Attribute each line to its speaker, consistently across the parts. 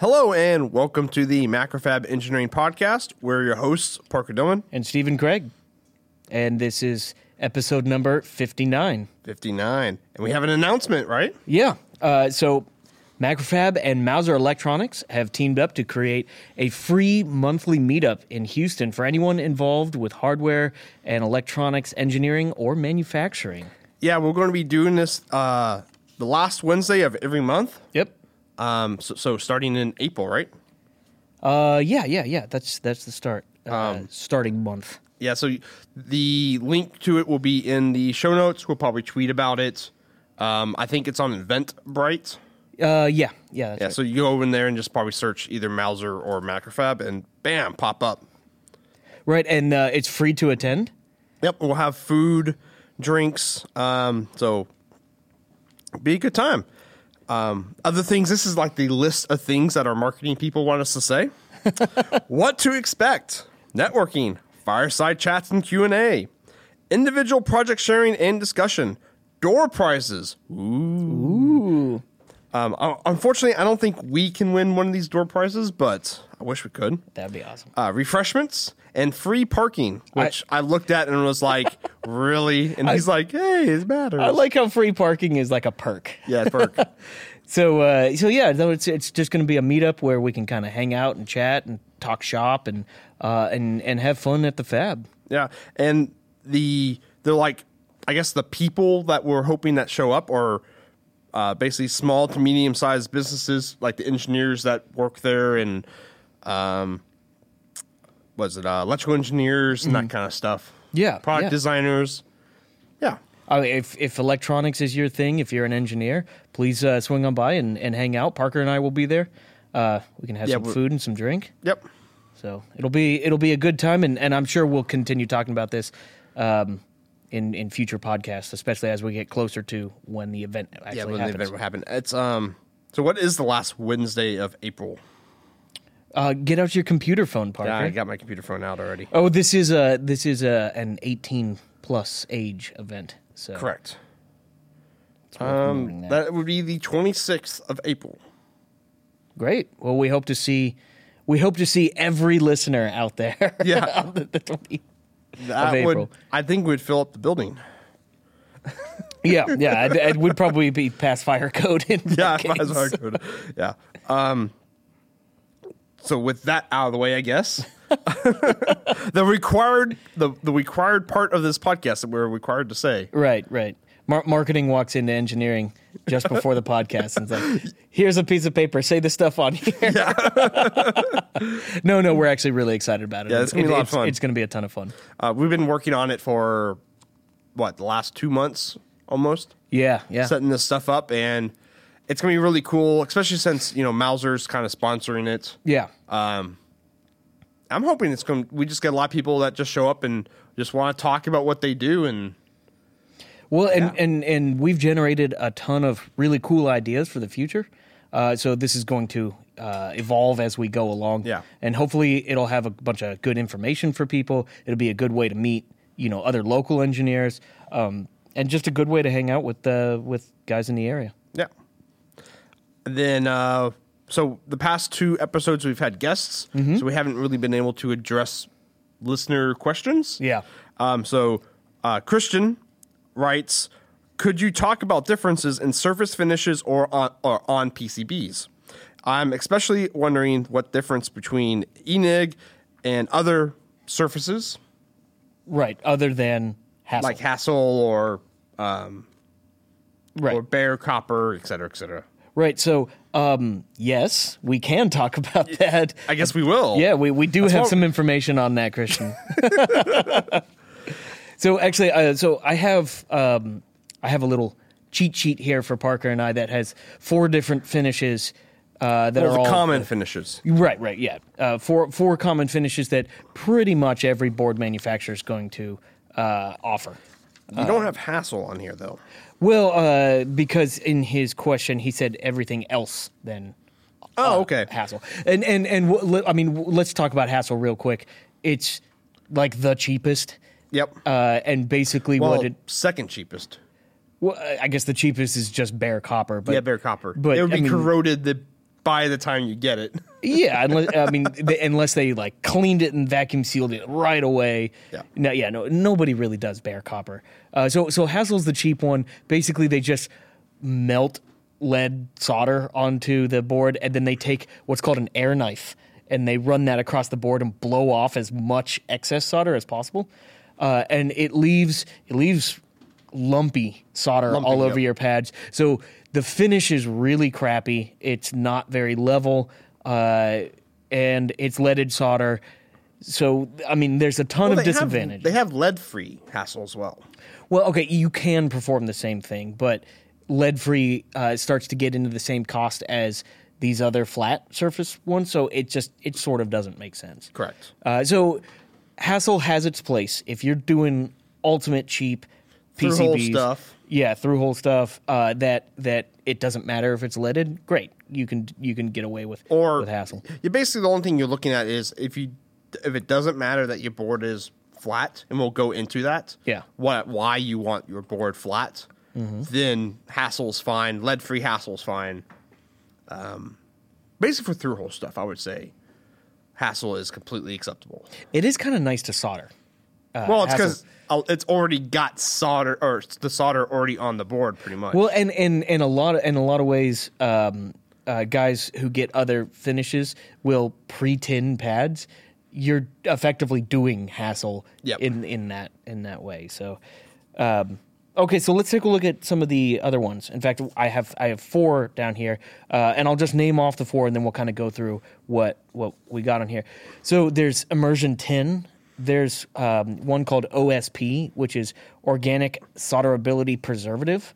Speaker 1: Hello and welcome to the Macrofab Engineering Podcast. We're your hosts, Parker Dillon,
Speaker 2: and Stephen Craig. And this is episode number 59.
Speaker 1: 59. And we have an announcement, right?
Speaker 2: Yeah. Uh, so, Macrofab and Mauser Electronics have teamed up to create a free monthly meetup in Houston for anyone involved with hardware and electronics engineering or manufacturing.
Speaker 1: Yeah, we're going to be doing this uh, the last Wednesday of every month.
Speaker 2: Yep.
Speaker 1: Um, so, so starting in April, right?
Speaker 2: Uh, yeah, yeah, yeah. That's that's the start. Uh, starting month.
Speaker 1: Yeah, so the link to it will be in the show notes. We'll probably tweet about it. Um, I think it's on Eventbrite.
Speaker 2: Uh, yeah, yeah. That's
Speaker 1: Yeah,
Speaker 2: right.
Speaker 1: so you go in there and just probably search either Mauser or Macrofab and bam, pop up.
Speaker 2: Right, and uh, it's free to attend.
Speaker 1: Yep, we'll have food, drinks. Um, so be a good time. Um, other things, this is like the list of things that our marketing people want us to say. what to expect: networking, fireside chats and Q and A, individual project sharing and discussion, door prizes. Ooh. Um, un- unfortunately, I don't think we can win one of these door prizes, but I wish we could
Speaker 2: That'd be awesome.
Speaker 1: uh, refreshments and free parking, which I, looked at and was like, really? And he's like, hey, it matters.
Speaker 2: I like how free parking is like a perk.
Speaker 1: yeah, perk.
Speaker 2: So, uh, so yeah, though it's it's just going to be a meetup where we can kind of hang out and chat and talk shop and uh, and and have fun at the fab.
Speaker 1: yeah. And the, they're like, I guess the people that we're hoping that show up are uh, basically small to medium sized businesses, like the engineers that work there and, um, was it uh, electrical engineers and that kind of stuff?
Speaker 2: Mm. Yeah,
Speaker 1: Product
Speaker 2: yeah.
Speaker 1: designers. Yeah.
Speaker 2: I mean, if if electronics is your thing, if you're an engineer, please uh, swing on by and, and hang out. Parker and I will be there. Uh, we can have
Speaker 1: Yeah,
Speaker 2: some
Speaker 1: we're-
Speaker 2: food and some drink.
Speaker 1: Yep.
Speaker 2: So it'll be it'll be a good time, and, and I'm sure we'll continue talking about this um, in in future podcasts, especially as we get closer to when the event actually
Speaker 1: Yeah, when
Speaker 2: happens.
Speaker 1: the event will happen. It's um. So what is the last Wednesday of April?
Speaker 2: Uh, get out your computer phone, Parker.
Speaker 1: I got my computer phone out already.
Speaker 2: Oh, this is a this is a an 18 plus age event. So
Speaker 1: Correct.
Speaker 2: it's worth remembering
Speaker 1: That.
Speaker 2: that.
Speaker 1: would be the 26th of April.
Speaker 2: Great. Well, we hope to see we hope to see every listener out there.
Speaker 1: Yeah.
Speaker 2: on the- the 20
Speaker 1: That
Speaker 2: Of
Speaker 1: would
Speaker 2: April.
Speaker 1: I think would fill up the building.
Speaker 2: yeah, yeah. It, it would probably be pass fire code. In
Speaker 1: Yeah,
Speaker 2: that
Speaker 1: if I was
Speaker 2: case.
Speaker 1: hard coded. yeah. Um. So with that out of the way, I guess the required the the required part of this podcast that we're required to say.
Speaker 2: Right, right. Mar- marketing walks into engineering just before the podcast and's like, "Here's a piece of paper. Say the stuff on here." no, no, we're actually really excited about it.
Speaker 1: Yeah, it's gonna be a lot of fun.
Speaker 2: It's going to be a ton of fun.
Speaker 1: Uh, we've been working on it for what the last two months almost.
Speaker 2: Yeah, yeah.
Speaker 1: setting this stuff up and it's gonna be really cool, especially since you know Mauser's kind of sponsoring it.
Speaker 2: yeah.
Speaker 1: I'm hoping it's going. to We just get a lot of people that just show up and just want to talk about what they do, and
Speaker 2: Well, and, and and we've generated a ton of really cool ideas for the future. Uh, so this is going to uh, evolve as we go along.
Speaker 1: Yeah.
Speaker 2: and hopefully it'll have a bunch of good information for people. It'll be a good way to meet you know other local engineers, um, and just a good way to hang out with uh, with guys in the area.
Speaker 1: yeah. And then, uh, so the past two episodes we've had guests,
Speaker 2: Mm-hmm.
Speaker 1: so we haven't really been able to address listener questions.
Speaker 2: Yeah.
Speaker 1: Um, so uh, Christian writes, "Could you talk about differences in surface finishes or on, or on PCBs? I'm especially wondering what difference between E Enig and other surfaces
Speaker 2: Right. Other than hassle.
Speaker 1: like Hassel or
Speaker 2: right.
Speaker 1: or bare copper, et cetera, et cetera.
Speaker 2: right. So um, yes, we can talk about that.
Speaker 1: I guess we will.
Speaker 2: Yeah, we, we do have
Speaker 1: what-
Speaker 2: some information on that, Christian. so actually, uh, so I have um, I have a little cheat sheet here for Parker and I that has four different finishes uh, that
Speaker 1: Well,
Speaker 2: are
Speaker 1: the
Speaker 2: all
Speaker 1: common finishes.
Speaker 2: Right, right, yeah. Uh, four four common finishes that pretty much every board manufacturer is going to uh, offer.
Speaker 1: You don't have Hassel on here though.
Speaker 2: Well, uh, because in his question he said everything else than uh,
Speaker 1: Oh, okay.
Speaker 2: Hassel. And and and w- le- I mean, w- let's talk about Hassel real quick. It's like the cheapest.
Speaker 1: Yep.
Speaker 2: Uh, and basically,
Speaker 1: well,
Speaker 2: what it,
Speaker 1: second cheapest.
Speaker 2: well, I guess the cheapest is just bare copper. But
Speaker 1: Yeah, bare copper.
Speaker 2: but,
Speaker 1: it would
Speaker 2: I
Speaker 1: be
Speaker 2: mean-
Speaker 1: corroded the by the time you get it.
Speaker 2: Yeah, unless I mean, they, unless they like cleaned it and vacuum sealed it right away.
Speaker 1: Yeah.
Speaker 2: No, yeah, no, nobody really does bare copper. Uh, so, so Hassel's the cheap one. Basically, they just melt lead solder onto the board, and then they take what's called an air knife and they run that across the board and blow off as much excess solder as possible, uh, and it leaves it leaves lumpy solder
Speaker 1: Lumpy,
Speaker 2: all over
Speaker 1: yep.
Speaker 2: your pads. So the finish is really crappy. It's not very level, uh, and it's leaded solder. So I mean, there's a ton of
Speaker 1: They have-
Speaker 2: disadvantage.
Speaker 1: they have lead free hassle as well.
Speaker 2: well, okay, you can perform the same thing, but lead free uh, starts to get into the same cost as these other flat surface ones. So it just it sort of doesn't make sense.
Speaker 1: Correct.
Speaker 2: Uh, so hassle has its place if you're doing ultimate cheap PCBs.
Speaker 1: Through-hole stuff.
Speaker 2: Yeah, through hole stuff. Uh, that that it doesn't matter if it's leaded. Great, you can you can get away with
Speaker 1: Or
Speaker 2: with hassle.
Speaker 1: You basically the only thing you're looking at is if you if it doesn't matter that your board is flat, and we'll go into that.
Speaker 2: Yeah. Mm-hmm.
Speaker 1: What why you want your board flat? Then hassle's fine. Lead free hassle's fine. Um, basically for through hole stuff, I would say hassle is completely acceptable.
Speaker 2: It is kind of nice to solder.
Speaker 1: well, it's
Speaker 2: Uh, Hassle-
Speaker 1: because it's already got solder or it's the solder already on the board, pretty much.
Speaker 2: Well, and and and a lot of, in a lot of ways, um, uh, guys who get other finishes will pre tin pads. You're effectively doing hassle
Speaker 1: Yep.
Speaker 2: in in that in that way. So, um, okay, so let's take a look at some of the other ones. In fact, I have I have four down here, uh, and I'll just name off the four, and then we'll kind of go through what what we got on here. So there's immersion tin. There's um, one called OSP, which is organic solderability preservative.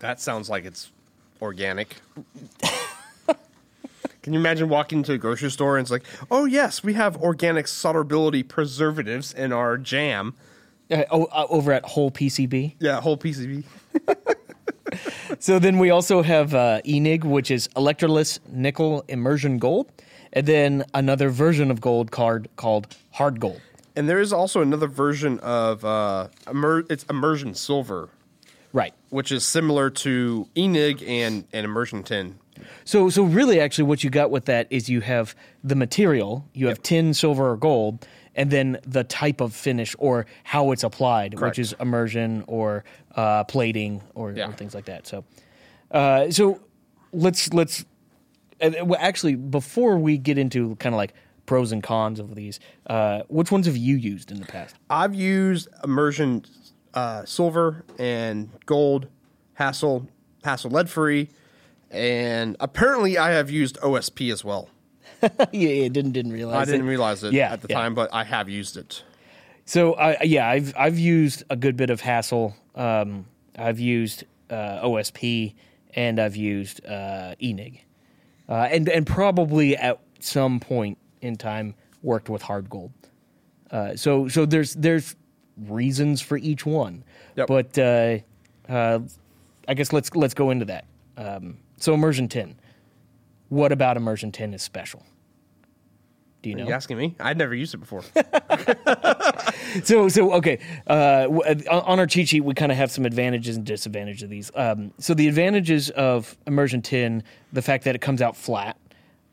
Speaker 1: That sounds like it's organic. Can you imagine walking into a grocery store and it's like, oh, yes, we have organic solderability preservatives in our jam?
Speaker 2: uh, o- uh, over at Whole PCB.
Speaker 1: Yeah, whole PCB.
Speaker 2: So then we also have uh, Enig, which is electroless nickel immersion gold, and then another version of gold card called hard gold.
Speaker 1: And there is also another version of uh, immer- it's immersion silver,
Speaker 2: Right.
Speaker 1: which is similar to E Enig and, and immersion tin.
Speaker 2: So so really, actually, what you got with that is you have the material, you have tin, silver, or gold, and then the type of finish or how it's applied,
Speaker 1: Correct.
Speaker 2: which is immersion or uh, plating or, or
Speaker 1: Yeah.
Speaker 2: things like that. So uh, so let's let's and, uh, well, actually before we get into kind of like pros and cons of these, uh, which ones have you used in the past?
Speaker 1: I've used immersion uh, silver and gold, Hassel, Hassel lead free, and apparently I have used OSP as well.
Speaker 2: yeah, yeah, didn't didn't realize.
Speaker 1: I
Speaker 2: it.
Speaker 1: didn't realize it
Speaker 2: Yeah,
Speaker 1: at the
Speaker 2: yeah.
Speaker 1: time, but I have used it.
Speaker 2: So I yeah, I've I've used a good bit of Hassle. Um, I've used uh, OSP and I've used uh, Enig, uh, and and probably at some point in time worked with Hard Gold. Uh, so so there's there's reasons for each one,
Speaker 1: Yep.
Speaker 2: but uh, uh, I guess let's let's go into that. Um, so immersion tin. What about immersion tin is special? Do you know?
Speaker 1: You asking me? I'd never used it before.
Speaker 2: so so okay uh, w- uh, on our cheat sheet we kind of have some advantages and disadvantages of these um, so the advantages of immersion tin the fact that it comes out flat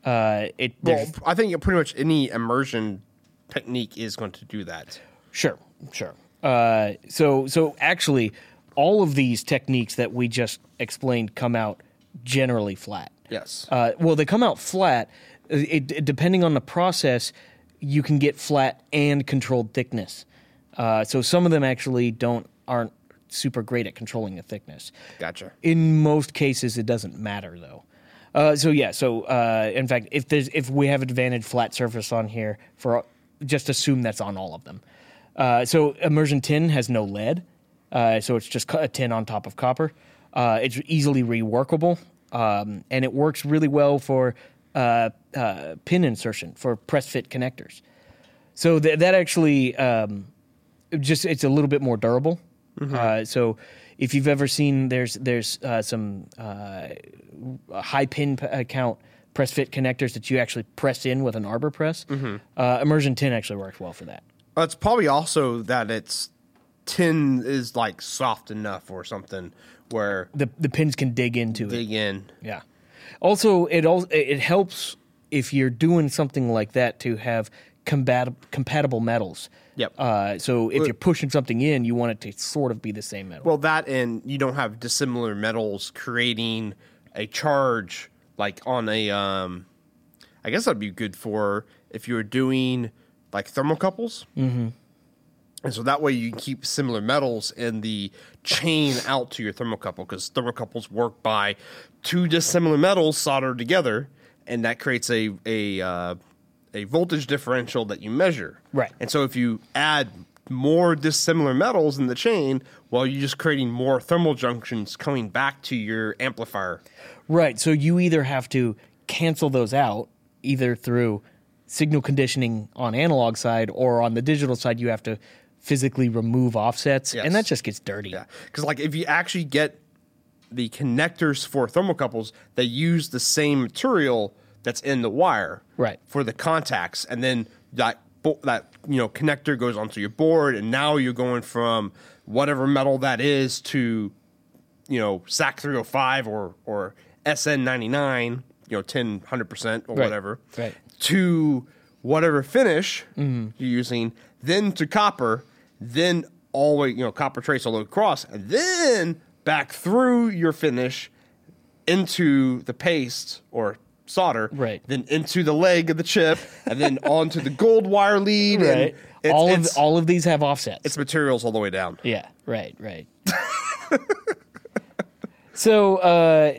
Speaker 2: uh, it
Speaker 1: well,
Speaker 2: there's-
Speaker 1: I think pretty much any immersion technique is going to do that.
Speaker 2: sure sure uh, so so actually all of these techniques that we just explained come out generally flat
Speaker 1: Yes.
Speaker 2: Uh, well, they come out flat. Uh, It, it- depending on the process, you can get flat and controlled thickness. Uh, so some of them actually don't aren't super great at controlling the thickness.
Speaker 1: gotcha.
Speaker 2: In most cases, it doesn't matter though. Uh, so yeah, so uh, in fact, if there's if we have advantage flat surface on here for just assume that's on all of them. Uh, so immersion tin has no lead, uh, so it's just co- a tin on top of copper. Uh, it's easily reworkable, um, and it works really well for uh, uh, pin insertion for press fit connectors. So th- that actually um, just it's a little bit more durable. Uh, so if you've ever seen there's there's uh, some uh, high pin p- uh, count press fit connectors that you actually press in with an arbor press. Uh, immersion tin actually works well for that.
Speaker 1: It's probably also that it's tin is like soft enough or something where
Speaker 2: The the pins can dig into it.
Speaker 1: dig in.
Speaker 2: Yeah. Also, it all it helps if you're doing something like that to have combat compatible metals.
Speaker 1: Yep.
Speaker 2: Uh, so if you're pushing something in, you want it to sort of be the same metal.
Speaker 1: Well, that and you don't have dissimilar metals creating a charge like on a. Um, I guess that'd be good for if you were doing like thermocouples. Mm-hmm. And so that way you can keep similar metals in the chain out to your thermocouple because thermocouples work by two dissimilar metals soldered together, and that creates a a uh, a voltage differential that you measure.
Speaker 2: Right.
Speaker 1: And so if you add more dissimilar metals in the chain, well, you're just creating more thermal junctions coming back to your amplifier.
Speaker 2: Right. So you either have to cancel those out, either through signal conditioning on analog side or on the digital side, you have to physically remove offsets,
Speaker 1: Yes.
Speaker 2: and that just gets dirty.
Speaker 1: Yeah. Because like if you actually get the connectors for thermocouples, they use the same material that's in the wire
Speaker 2: Right.
Speaker 1: for the contacts, and then that bo- that you know connector goes onto your board, and now you're going from whatever metal that is to you know SAC 305 or or SN 99, you know 10 100 percent or
Speaker 2: Right.
Speaker 1: whatever,
Speaker 2: Right. Mm-hmm.
Speaker 1: to whatever finish you're using, then to copper, then all the way, you know, copper trace all the way across, and then back through your finish into the paste or solder,
Speaker 2: Right.
Speaker 1: then into the leg of the chip, and then onto the gold wire lead. And
Speaker 2: Right.
Speaker 1: it's,
Speaker 2: all
Speaker 1: it's,
Speaker 2: of all of these have offsets.
Speaker 1: it's materials all the way down.
Speaker 2: Yeah, right, right. so, uh,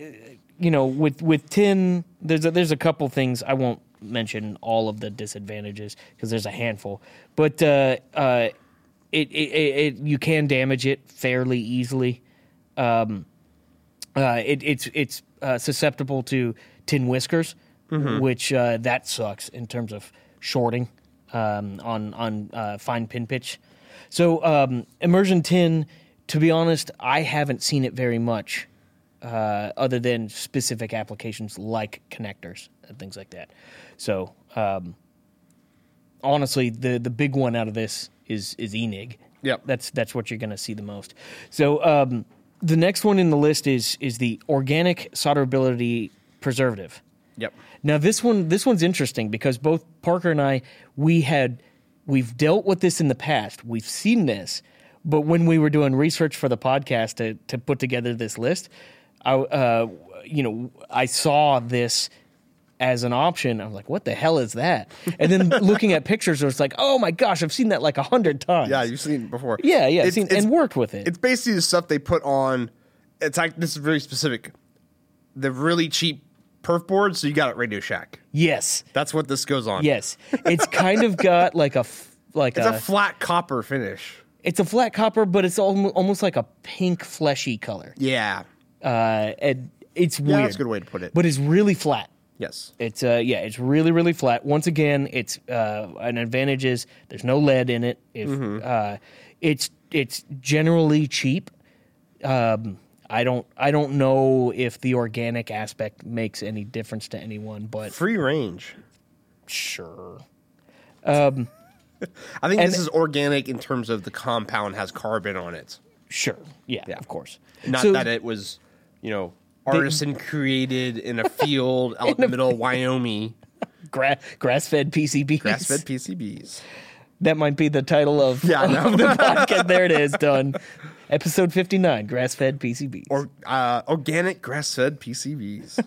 Speaker 2: you know, with with tin, there's a, there's a couple things I won't mention all of the disadvantages because there's a handful, but uh, uh, it, it, it it you can damage it fairly easily. Um, uh, it, it's it's uh, susceptible to tin whiskers, which uh, that sucks in terms of shorting um, on on uh, fine pin pitch. So um, immersion tin, to be honest, I haven't seen it very much, uh, other than specific applications like connectors and things like that. So um, honestly, the the big one out of this is is E Enig.
Speaker 1: Yep.
Speaker 2: that's that's what you're going to see the most. So um, the next one in the list is is the organic solderability preservative.
Speaker 1: Yep.
Speaker 2: Now this one this one's interesting because both Parker and I we had we've dealt with this in the past. We've seen this, but when we were doing research for the podcast to to put together this list, I uh, you know I saw this as an option. I was like, what the hell is that? And then looking at pictures, it was like, oh my gosh, I've seen that like a hundred times.
Speaker 1: Yeah, you've seen it before.
Speaker 2: yeah, yeah, I've
Speaker 1: It's-
Speaker 2: seen
Speaker 1: it's-
Speaker 2: and worked with it.
Speaker 1: it's basically the stuff they put on. It's like this is very specific. The really cheap perf boards, so you got it Radio Shack.
Speaker 2: Yes,
Speaker 1: That's what this goes on.
Speaker 2: yes, it's kind of got like a f- like
Speaker 1: It's a flat copper finish.
Speaker 2: It's a flat copper, but it's almo- almost like a pink fleshy color.
Speaker 1: Yeah.
Speaker 2: Uh, and it's
Speaker 1: Yeah,
Speaker 2: weird.
Speaker 1: that's a good way to put it.
Speaker 2: But it's really flat.
Speaker 1: yes.
Speaker 2: It's uh, yeah, it's really really flat. Once again, it's uh, an advantage is there's no lead in it. If
Speaker 1: Mm-hmm.
Speaker 2: uh, it's it's generally cheap. Um, I don't I don't know if the organic aspect makes any difference to anyone, but
Speaker 1: Free range.
Speaker 2: sure.
Speaker 1: I think this is organic in terms of the compound has carbon on it.
Speaker 2: Sure. Yeah, of course.
Speaker 1: Not
Speaker 2: So-
Speaker 1: that it was, you know, artisan created in a field out in the middle of Wyoming.
Speaker 2: gra- grass-fed PCBs.
Speaker 1: Grass fed PCBs.
Speaker 2: That might be the title of,
Speaker 1: Yeah, I know.
Speaker 2: of the podcast. There it is, done. Episode 59, Grass Fed PCBs.
Speaker 1: Or uh, organic grass fed PCBs.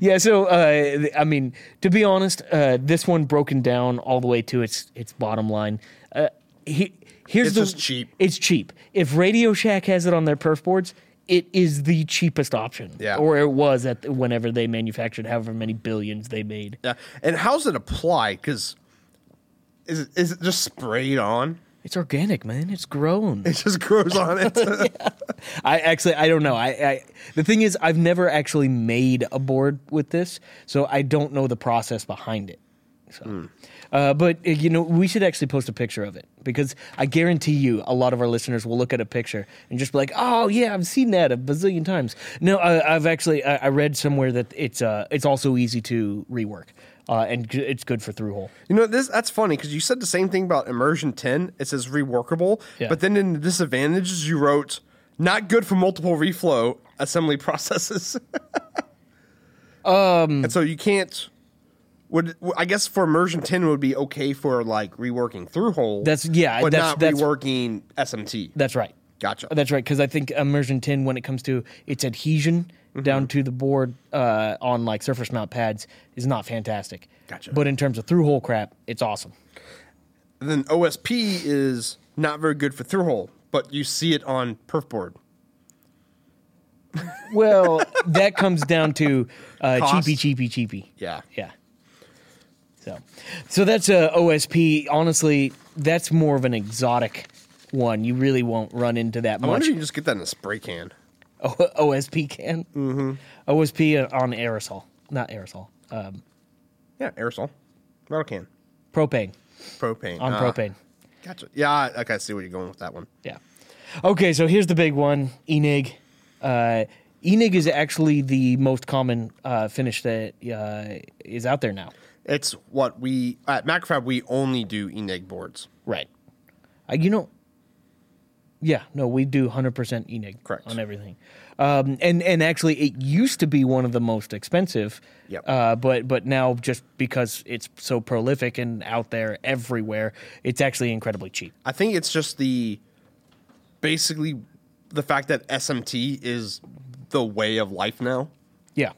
Speaker 2: yeah, so, uh, th- I mean, to be honest, uh, this one broken down all the way to its its bottom line. Uh, he, here's
Speaker 1: It's
Speaker 2: the,
Speaker 1: just cheap.
Speaker 2: It's cheap. If Radio Shack has it on their perf boards, it is the cheapest option.
Speaker 1: Yeah.
Speaker 2: Or it was at whenever they manufactured however many billions they made.
Speaker 1: yeah. And how's it applied? Because is it, is it just sprayed on?
Speaker 2: It's organic, man. It's grown.
Speaker 1: It just grows on it.
Speaker 2: I actually I don't know. I, I the thing is I've never actually made a board with this, so I don't know the process behind it. So, uh, but uh, you know we should actually post a picture of it because I guarantee you a lot of our listeners will look at a picture and just be like, oh yeah, I've seen that a bazillion times. No, I, I've actually I, I read somewhere that it's uh it's also easy to rework uh, and g- it's good for through hole.
Speaker 1: You know this that's funny because you said the same thing about immersion ten. It says reworkable,
Speaker 2: Yeah.
Speaker 1: but then in the disadvantages you wrote not good for multiple reflow assembly processes.
Speaker 2: Um.
Speaker 1: and so you can't. Would I guess for immersion ten would be okay for like reworking through hole.
Speaker 2: That's- yeah,
Speaker 1: but
Speaker 2: that's-
Speaker 1: not
Speaker 2: that's-
Speaker 1: reworking SMT.
Speaker 2: That's right.
Speaker 1: Gotcha.
Speaker 2: That's right. Because I think immersion tin, when it comes to its adhesion down to the board uh, on like surface mount pads, is not fantastic.
Speaker 1: Gotcha.
Speaker 2: But in terms of through hole crap, it's awesome.
Speaker 1: And then OSP is not very good for through hole, but you see it on perf board.
Speaker 2: Well, that comes down to uh,
Speaker 1: Cost.
Speaker 2: cheapy, cheapy, cheapy.
Speaker 1: Yeah.
Speaker 2: Yeah. So, so that's uh, a OSP. Honestly, that's more of an exotic one. You really won't run into that
Speaker 1: I wonder
Speaker 2: much.
Speaker 1: if you can just get that in a spray can.
Speaker 2: O- OSP can. Mm-hmm. OSP on aerosol, not aerosol. Um,
Speaker 1: Yeah, aerosol, metal can,
Speaker 2: propane
Speaker 1: propane
Speaker 2: on
Speaker 1: Ah,
Speaker 2: propane.
Speaker 1: Gotcha. Yeah, I, okay, I see where you're going with that one.
Speaker 2: Yeah. Okay, so here's the big one, Enig. Uh, Enig is actually the most common uh, finish that uh, is out there now.
Speaker 1: It's what we at Macrofab we only do Eneg boards.
Speaker 2: Right. Uh, you know. Yeah. No, we do 100% Enig
Speaker 1: Correct.
Speaker 2: on everything, um, and and actually it used to be one of the most expensive.
Speaker 1: Yep.
Speaker 2: Uh, but but now just because it's so prolific and out there everywhere, it's actually incredibly cheap.
Speaker 1: I think it's just the basically the fact that SMT is the way of life now.
Speaker 2: Yeah.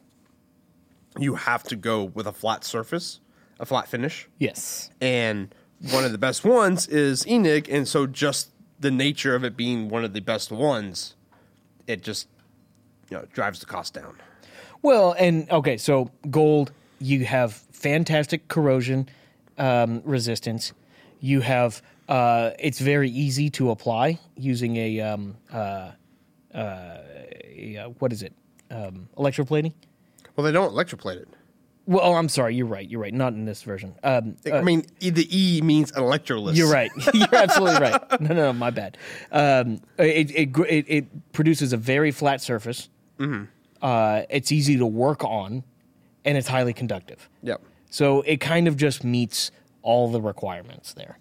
Speaker 1: You have to go with a flat surface, a flat finish.
Speaker 2: Yes.
Speaker 1: and one of the best ones is Enig, and so just the nature of it being one of the best ones, it just you know drives the cost down.
Speaker 2: Well, and okay, so gold, you have fantastic corrosion um, resistance. You have uh, it's very easy to apply using a um, uh, uh, a, uh, what is it um, electroplating?
Speaker 1: Well, they don't electroplate it.
Speaker 2: Well, oh, I'm sorry, you're right. You're right. Not in this version. Um,
Speaker 1: I mean, E- the E means electroless.
Speaker 2: You're right. You're absolutely right. No, no, no my bad. Um, it, it, gr- it, it produces a very flat surface. Uh, it's easy to work on, and it's highly conductive.
Speaker 1: Yep.
Speaker 2: So it kind of just meets all the requirements there.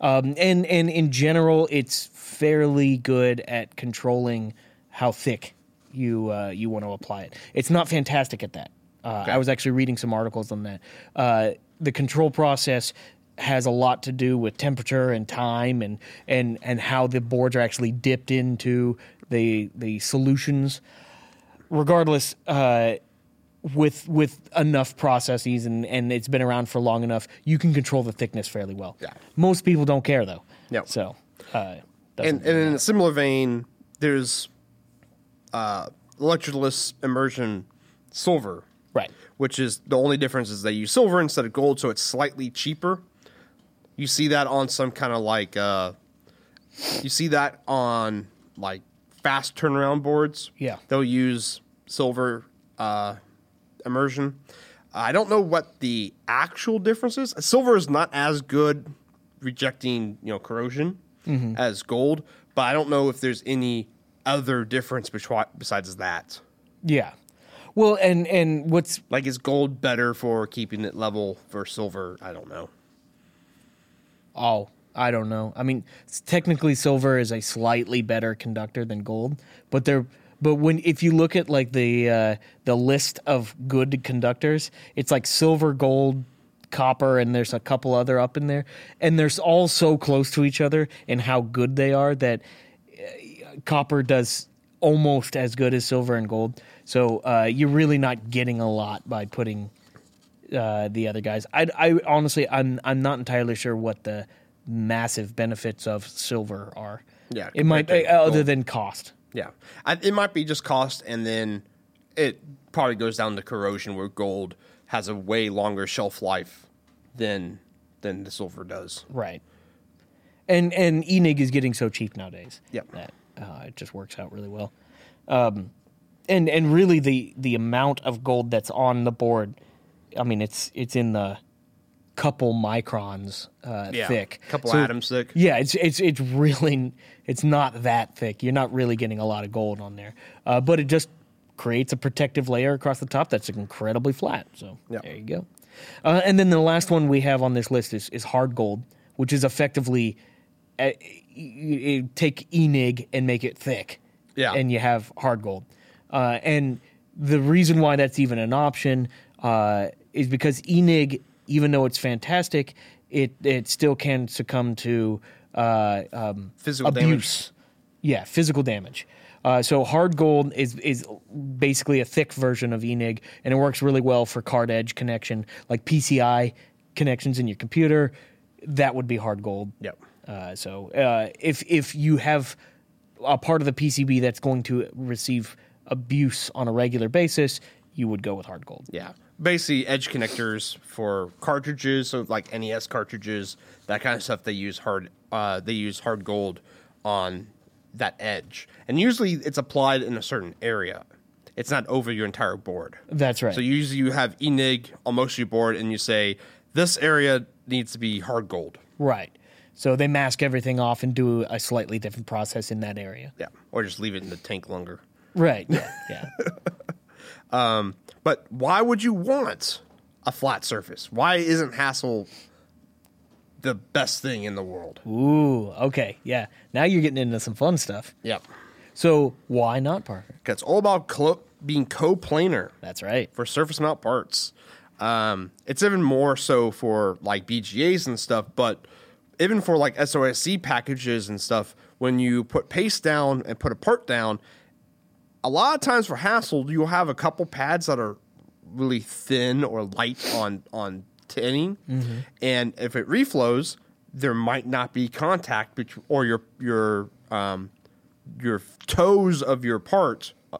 Speaker 2: Um, and, and in general, it's fairly good at controlling how thick you, uh, you want to apply it. It's not fantastic at that. Uh, I was actually reading some articles on that. Uh, the control process has a lot to do with temperature and time and, and, and how the boards are actually dipped into the, the solutions regardless, uh, with with enough processes and, and it's been around for long enough, you can control the thickness fairly well.
Speaker 1: Yeah.
Speaker 2: Most people don't care though.
Speaker 1: No.
Speaker 2: So uh, doesn't-
Speaker 1: And, and in a similar vein, there's uh, electroless immersion silver,
Speaker 2: right.
Speaker 1: which is the only difference is they use silver instead of gold, so it's slightly cheaper. You see that on some kind of like uh you see that on like fast turnaround boards.
Speaker 2: Yeah.
Speaker 1: They'll use silver uh immersion. I don't know what the actual difference is. Silver is not as good rejecting, you know, corrosion as gold, but I don't know if there's any other difference betwi- besides that.
Speaker 2: Yeah. Well, and and what's
Speaker 1: Like, is gold better for keeping it level for silver? I don't know.
Speaker 2: oh I don't know. I mean, s- technically silver is a slightly better conductor than gold, but they're but when if you look at like the uh, the list of good conductors, it's like silver, gold, copper, and there's a couple other up in there, and they're s- all so close to each other and how good they are that copper does almost as good as silver and gold. So uh, you're really not getting a lot by putting uh, the other guys. I, I honestly, I'm I'm not entirely sure what the massive benefits of silver are.
Speaker 1: Yeah,
Speaker 2: it might uh,
Speaker 1: compared to
Speaker 2: other
Speaker 1: gold.
Speaker 2: than cost.
Speaker 1: Yeah, I, it might be just cost, and then it probably goes down to corrosion, where gold has a way longer shelf life than than the silver does.
Speaker 2: Right. And and Enig is getting so cheap nowadays.
Speaker 1: Yep.
Speaker 2: That uh, it just works out really well. Um, and and really the the amount of gold that's on the board, I mean it's it's in the couple microns uh, thick.
Speaker 1: couple
Speaker 2: So-
Speaker 1: atoms thick.
Speaker 2: Yeah, it's it's it's really it's not that thick. You're not really getting a lot of gold on there, uh, but it just creates a protective layer across the top that's incredibly flat. So
Speaker 1: Yeah.
Speaker 2: there you go. Uh, and then the last one we have on this list is is hard gold, which is effectively uh, you, you take enig and make it thick.
Speaker 1: Yeah.
Speaker 2: and you have hard gold, uh, and the reason why that's even an option uh, is because Enig, even though it's fantastic, it it still can succumb to uh, um,
Speaker 1: Physical damage.
Speaker 2: abuse. Yeah, physical damage. Uh, so hard gold is is basically a thick version of Enig, and it works really well for card edge connection, like PCI connections in your computer. That would be hard gold.
Speaker 1: Yep.
Speaker 2: Uh, so uh, if if you have a part of the PCB that's going to receive abuse on a regular basis, you would go with hard gold.
Speaker 1: Yeah. Basically, edge connectors for cartridges, so like NES cartridges, that kind of stuff. They use hard, uh, they use hard gold on that edge, and usually it's applied in a certain area. It's not over your entire board.
Speaker 2: That's right.
Speaker 1: So usually you have E Enig on most of your board, and you say this area needs to be hard gold.
Speaker 2: right. So they mask everything off and do a slightly different process in that area.
Speaker 1: Yeah, or just leave it in the tank longer.
Speaker 2: Right. Yeah. Yeah.
Speaker 1: But why would you want a flat surface? Why isn't Hassel the best thing in the world?
Speaker 2: Ooh. Okay. Yeah. Now you're getting into some fun stuff.
Speaker 1: Yep.
Speaker 2: So why not Parker?
Speaker 1: It's all about clo- being coplanar
Speaker 2: That's right.
Speaker 1: for surface mount parts. Um, it's even more so for like BGAs and stuff, but even for like SOSC packages and stuff, when you put paste down and put a part down, a lot of times for Hassel, you'll have a couple pads that are really thin or light on on tinning, and if it reflows, there might not be contact between or your your um, your toes of your part uh,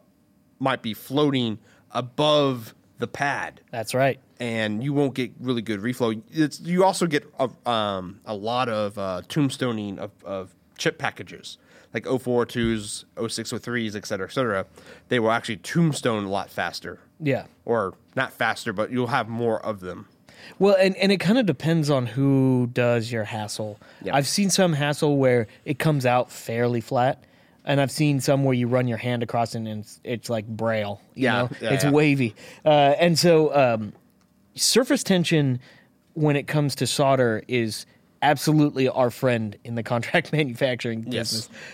Speaker 1: might be floating above the pad
Speaker 2: That's right.
Speaker 1: and you won't get really good reflow. It's, you also get a, um, a lot of uh, tombstoning of, of chip packages, like 042s, 0603s, et cetera, et cetera. They will actually tombstone a lot faster.
Speaker 2: Yeah.
Speaker 1: Or not faster, but you'll have more of them.
Speaker 2: Well, and, and it kind of depends on who does your hassle.
Speaker 1: Yeah.
Speaker 2: I've seen some hassle where it comes out fairly flat, and I've seen some where you run your hand across and it's, it's like braille. You
Speaker 1: Yeah,
Speaker 2: know?
Speaker 1: yeah,
Speaker 2: it's
Speaker 1: yeah.
Speaker 2: wavy. Uh, and so um, surface tension when it comes to solder is absolutely our friend in the contract manufacturing
Speaker 1: Yes.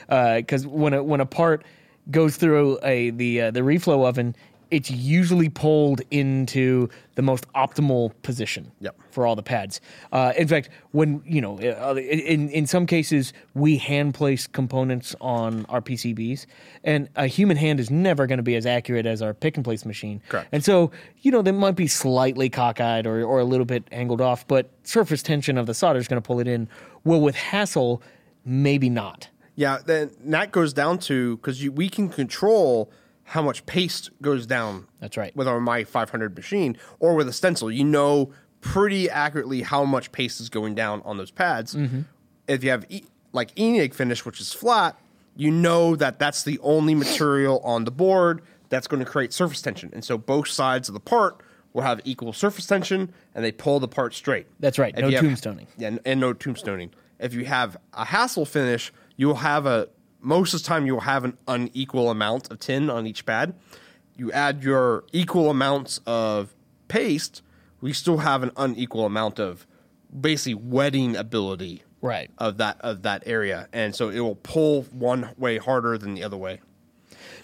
Speaker 2: business because uh, when a, when a part goes through a the uh, the reflow oven, it's usually pulled into the most optimal position
Speaker 1: Yep.
Speaker 2: for all the pads. Uh, in fact, when you know, uh, in in some cases, we hand place components on our PCBs, and a human hand is never going to be as accurate as our pick and place machine.
Speaker 1: Correct.
Speaker 2: And so, you know, they might be slightly cockeyed or or a little bit angled off, but surface tension of the solder is going to pull it in. Well, with Hassel, maybe not.
Speaker 1: Yeah, then that goes down to because we can control how much paste goes down.
Speaker 2: That's right.
Speaker 1: With our My 500 machine or with a stencil, you know pretty accurately how much paste is going down on those pads.
Speaker 2: Mm-hmm.
Speaker 1: If you have e- like Enig finish, which is flat, you know that that's the only material on the board that's going to create surface tension, and so both sides of the part will have equal surface tension, and they pull the part straight.
Speaker 2: That's right.
Speaker 1: If
Speaker 2: No
Speaker 1: you have-
Speaker 2: tombstoning.
Speaker 1: yeah, and, and no tombstoning. If you have a hassle finish, you'll have a most of the time you'll have an unequal amount of tin on each pad. You add your equal amounts of paste, we still have an unequal amount of basically wetting ability
Speaker 2: Right.
Speaker 1: of that of that area. And so it will pull one way harder than the other way.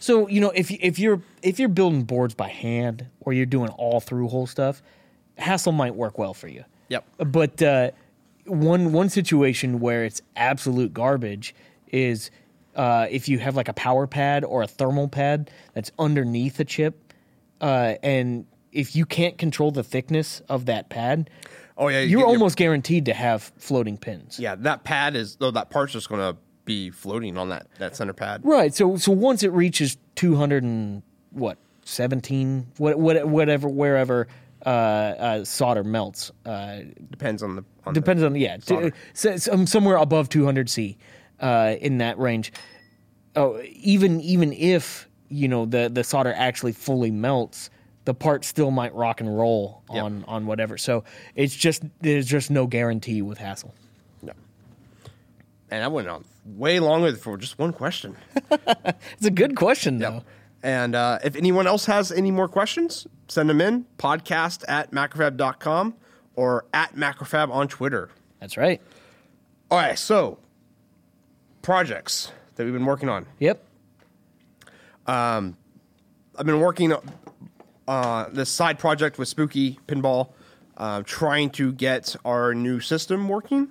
Speaker 2: So you know, if if you're if you're building boards by hand or you're doing all through hole stuff, Hassel might work well for you.
Speaker 1: Yep.
Speaker 2: But uh, one one situation where it's absolute garbage is uh, if you have like a power pad or a thermal pad that's underneath a chip, uh, and if you can't control the thickness of that pad,
Speaker 1: Oh yeah, you
Speaker 2: you're
Speaker 1: get your-
Speaker 2: almost guaranteed to have floating pins.
Speaker 1: yeah, that pad is though that part's just gonna be floating on that, that center pad.
Speaker 2: Right. So so once it reaches two hundred and what seventeen what what whatever wherever uh, uh, solder melts uh,
Speaker 1: Depends on the on the-
Speaker 2: depends on yeah t-
Speaker 1: Solder.
Speaker 2: so- so- um, somewhere above two hundred C uh, in that range. Oh, even even if you know the the solder actually fully melts. The part still might rock and roll on, on whatever, so it's just there's just no guarantee with Hassel.
Speaker 1: No. And I went on way longer for just one question.
Speaker 2: It's a good question though.
Speaker 1: and uh, if anyone else has any more questions, send them in podcast at macrofab.com or at macrofab on Twitter.
Speaker 2: That's right.
Speaker 1: All right, so projects that we've been working on.
Speaker 2: Yep.
Speaker 1: I've been working uh, this side project with Spooky Pinball, uh, trying to get our new system working.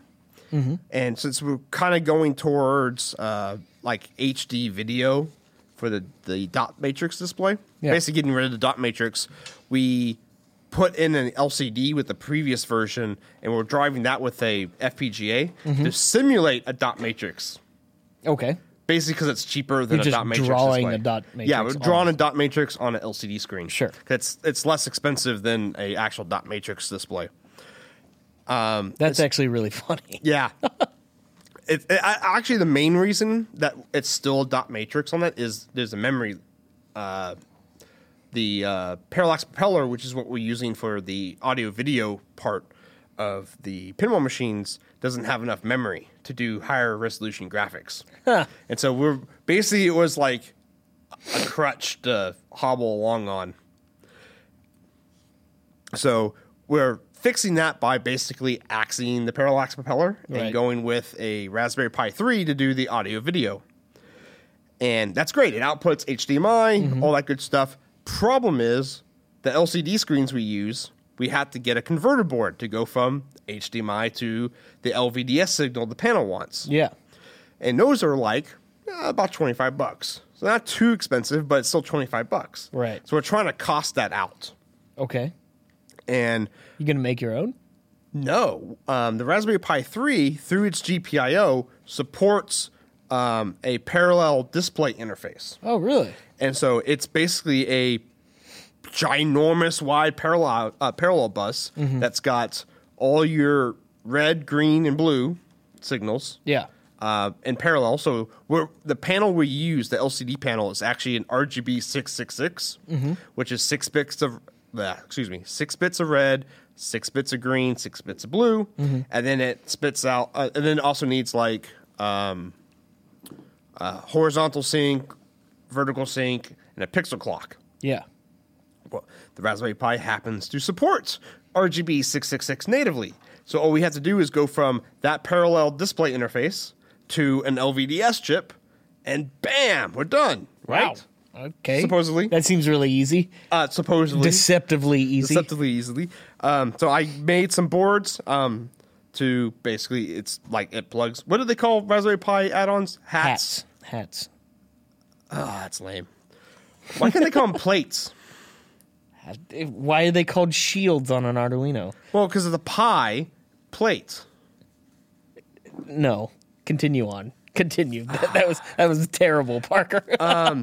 Speaker 1: And since we're kind of going towards uh, like HD video for the, the dot matrix display,
Speaker 2: Yeah.
Speaker 1: basically getting rid of the dot matrix, we put in an LCD with the previous version, and we're driving that with a FPGA to simulate a dot matrix.
Speaker 2: Okay.
Speaker 1: Basically, because it's cheaper than
Speaker 2: You're
Speaker 1: a
Speaker 2: just
Speaker 1: dot matrix.
Speaker 2: drawing
Speaker 1: display.
Speaker 2: a dot
Speaker 1: Yeah,
Speaker 2: matrix
Speaker 1: we're drawing
Speaker 2: on-
Speaker 1: a dot matrix on an LCD screen.
Speaker 2: Sure.
Speaker 1: it's it's less expensive than a actual dot matrix display.
Speaker 2: That's actually really funny.
Speaker 1: Yeah. it, it- I, actually, the main reason that it's still a dot matrix on that is there's a memory, uh, the uh, parallax propeller, which is what we're using for the audio video part of the pinball machines, doesn't have enough memory to do higher resolution graphics. And so we're basically it was like a crutch to hobble along on. So we're fixing that by basically axing the parallax propeller
Speaker 2: Right.
Speaker 1: and going with a Raspberry Pi 3 to do the audio video. And that's great. It outputs HDMI,
Speaker 2: Mm-hmm.
Speaker 1: all that good stuff. Problem is, the LCD screens we use, we had to get a converter board to go from HDMI to the LVDS signal the panel wants
Speaker 2: Yeah.
Speaker 1: and those are like uh, about 25 bucks so not too expensive but it's still 25 bucks
Speaker 2: Right.
Speaker 1: so we're trying to cost that out
Speaker 2: Okay.
Speaker 1: and
Speaker 2: You gonna make your own?
Speaker 1: no um, the raspberry pi 3 through its gpio supports um, a parallel display interface
Speaker 2: Oh, really?
Speaker 1: and so it's basically a ginormous wide parallel uh, parallel bus that's got all your red green and blue signals
Speaker 2: Yeah.
Speaker 1: uh, in parallel. So we're, the panel we use, the LCD panel, is actually an RGB six six six, which is six bits of uh, excuse me, six bits of red, six bits of green, six bits of blue, and then it spits out. Uh, and then it also needs like um, uh, horizontal sync, vertical sync, and a pixel clock.
Speaker 2: Yeah.
Speaker 1: Well, the Raspberry Pi happens to support RGB 666 natively. So all we have to do is go from that parallel display interface to an LVDS chip, and bam, we're done. Right?
Speaker 2: Wow. Okay.
Speaker 1: Supposedly.
Speaker 2: That seems really easy.
Speaker 1: Uh, supposedly.
Speaker 2: Deceptively easy.
Speaker 1: Deceptively easily. Um, so I made some boards um, to basically, it's like it plugs. What do they call Raspberry Pi add-ons?
Speaker 2: Hats. Hats.
Speaker 1: Oh, that's lame. Why can't they call them plates?
Speaker 2: Hat- Why are they called shields on an Arduino?
Speaker 1: Well, because of the Pi plate.
Speaker 2: No. Continue on. Continue. That, that was that was terrible, Parker.
Speaker 1: Uh,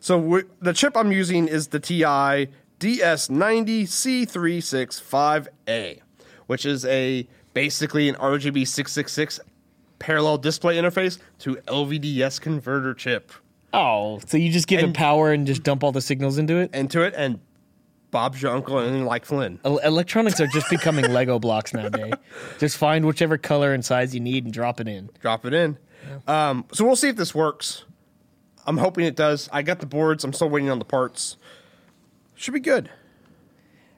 Speaker 1: So we the chip I'm using is the TI DS90C365A, which is a basically an RGB 666 parallel display interface to LVDS converter chip
Speaker 2: oh, so you just give it
Speaker 1: And-
Speaker 2: power and just dump all the signals into it?
Speaker 1: into it, and Bob's your uncle and like Flynn.
Speaker 2: El- electronics are just becoming Lego blocks nowadays. Just find whichever color and size you need and drop it in.
Speaker 1: Drop it in. Um, so we'll see if this works. I'm hoping it does. I got the boards. I'm still waiting on the parts. Should be good.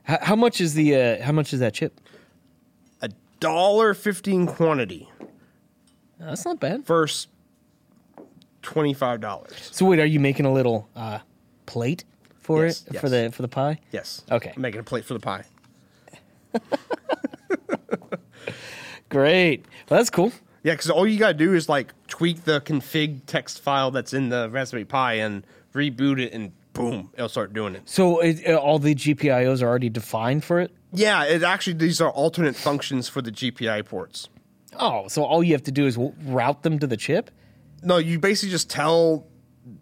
Speaker 2: How, how much is the uh, how much is that chip?
Speaker 1: A dollar fifteen quantity
Speaker 2: Uh, that's not bad.
Speaker 1: versus twenty five dollars.
Speaker 2: So wait, are you making a little uh, plate for
Speaker 1: Yes,
Speaker 2: it
Speaker 1: yes.
Speaker 2: for the for the pie?
Speaker 1: Yes.
Speaker 2: Okay.
Speaker 1: I'm making a plate for the pie.
Speaker 2: Great. Well, that's cool.
Speaker 1: Yeah, because all you gotta do is like tweak the config text file that's in the Raspberry Pi and reboot it, and boom, it'll start doing it.
Speaker 2: So it, uh, all the GPIOs are already defined for it.
Speaker 1: Yeah, it actually these are alternate functions for the GPI ports.
Speaker 2: Oh, so all you have to do is w- route them to the chip.
Speaker 1: No, you basically just tell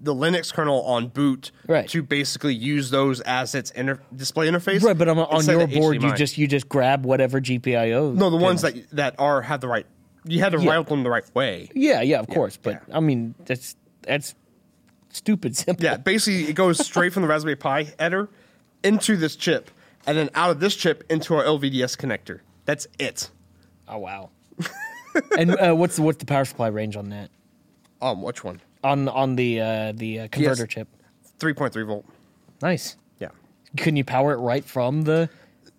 Speaker 1: the Linux kernel on boot
Speaker 2: Right.
Speaker 1: to basically use those as its inter- display interface.
Speaker 2: Right, but on, on
Speaker 1: instead
Speaker 2: your
Speaker 1: of
Speaker 2: board, you
Speaker 1: HDMI.
Speaker 2: just you just grab whatever GPIO.
Speaker 1: no the ones that that are have the right. You had to
Speaker 2: Yeah.
Speaker 1: route them the right way.
Speaker 2: Yeah, yeah, of course. But I mean, that's that's stupid simple.
Speaker 1: Yeah, basically it goes straight from the Raspberry Pi header into this chip, and then out of this chip into our LVDS connector. That's it.
Speaker 2: Oh wow. and uh, what's what's the power supply range on that?
Speaker 1: Um, which one?
Speaker 2: On on the uh, the uh, converter chip.
Speaker 1: Three point three volt.
Speaker 2: Nice.
Speaker 1: Yeah.
Speaker 2: Couldn't you power it right from the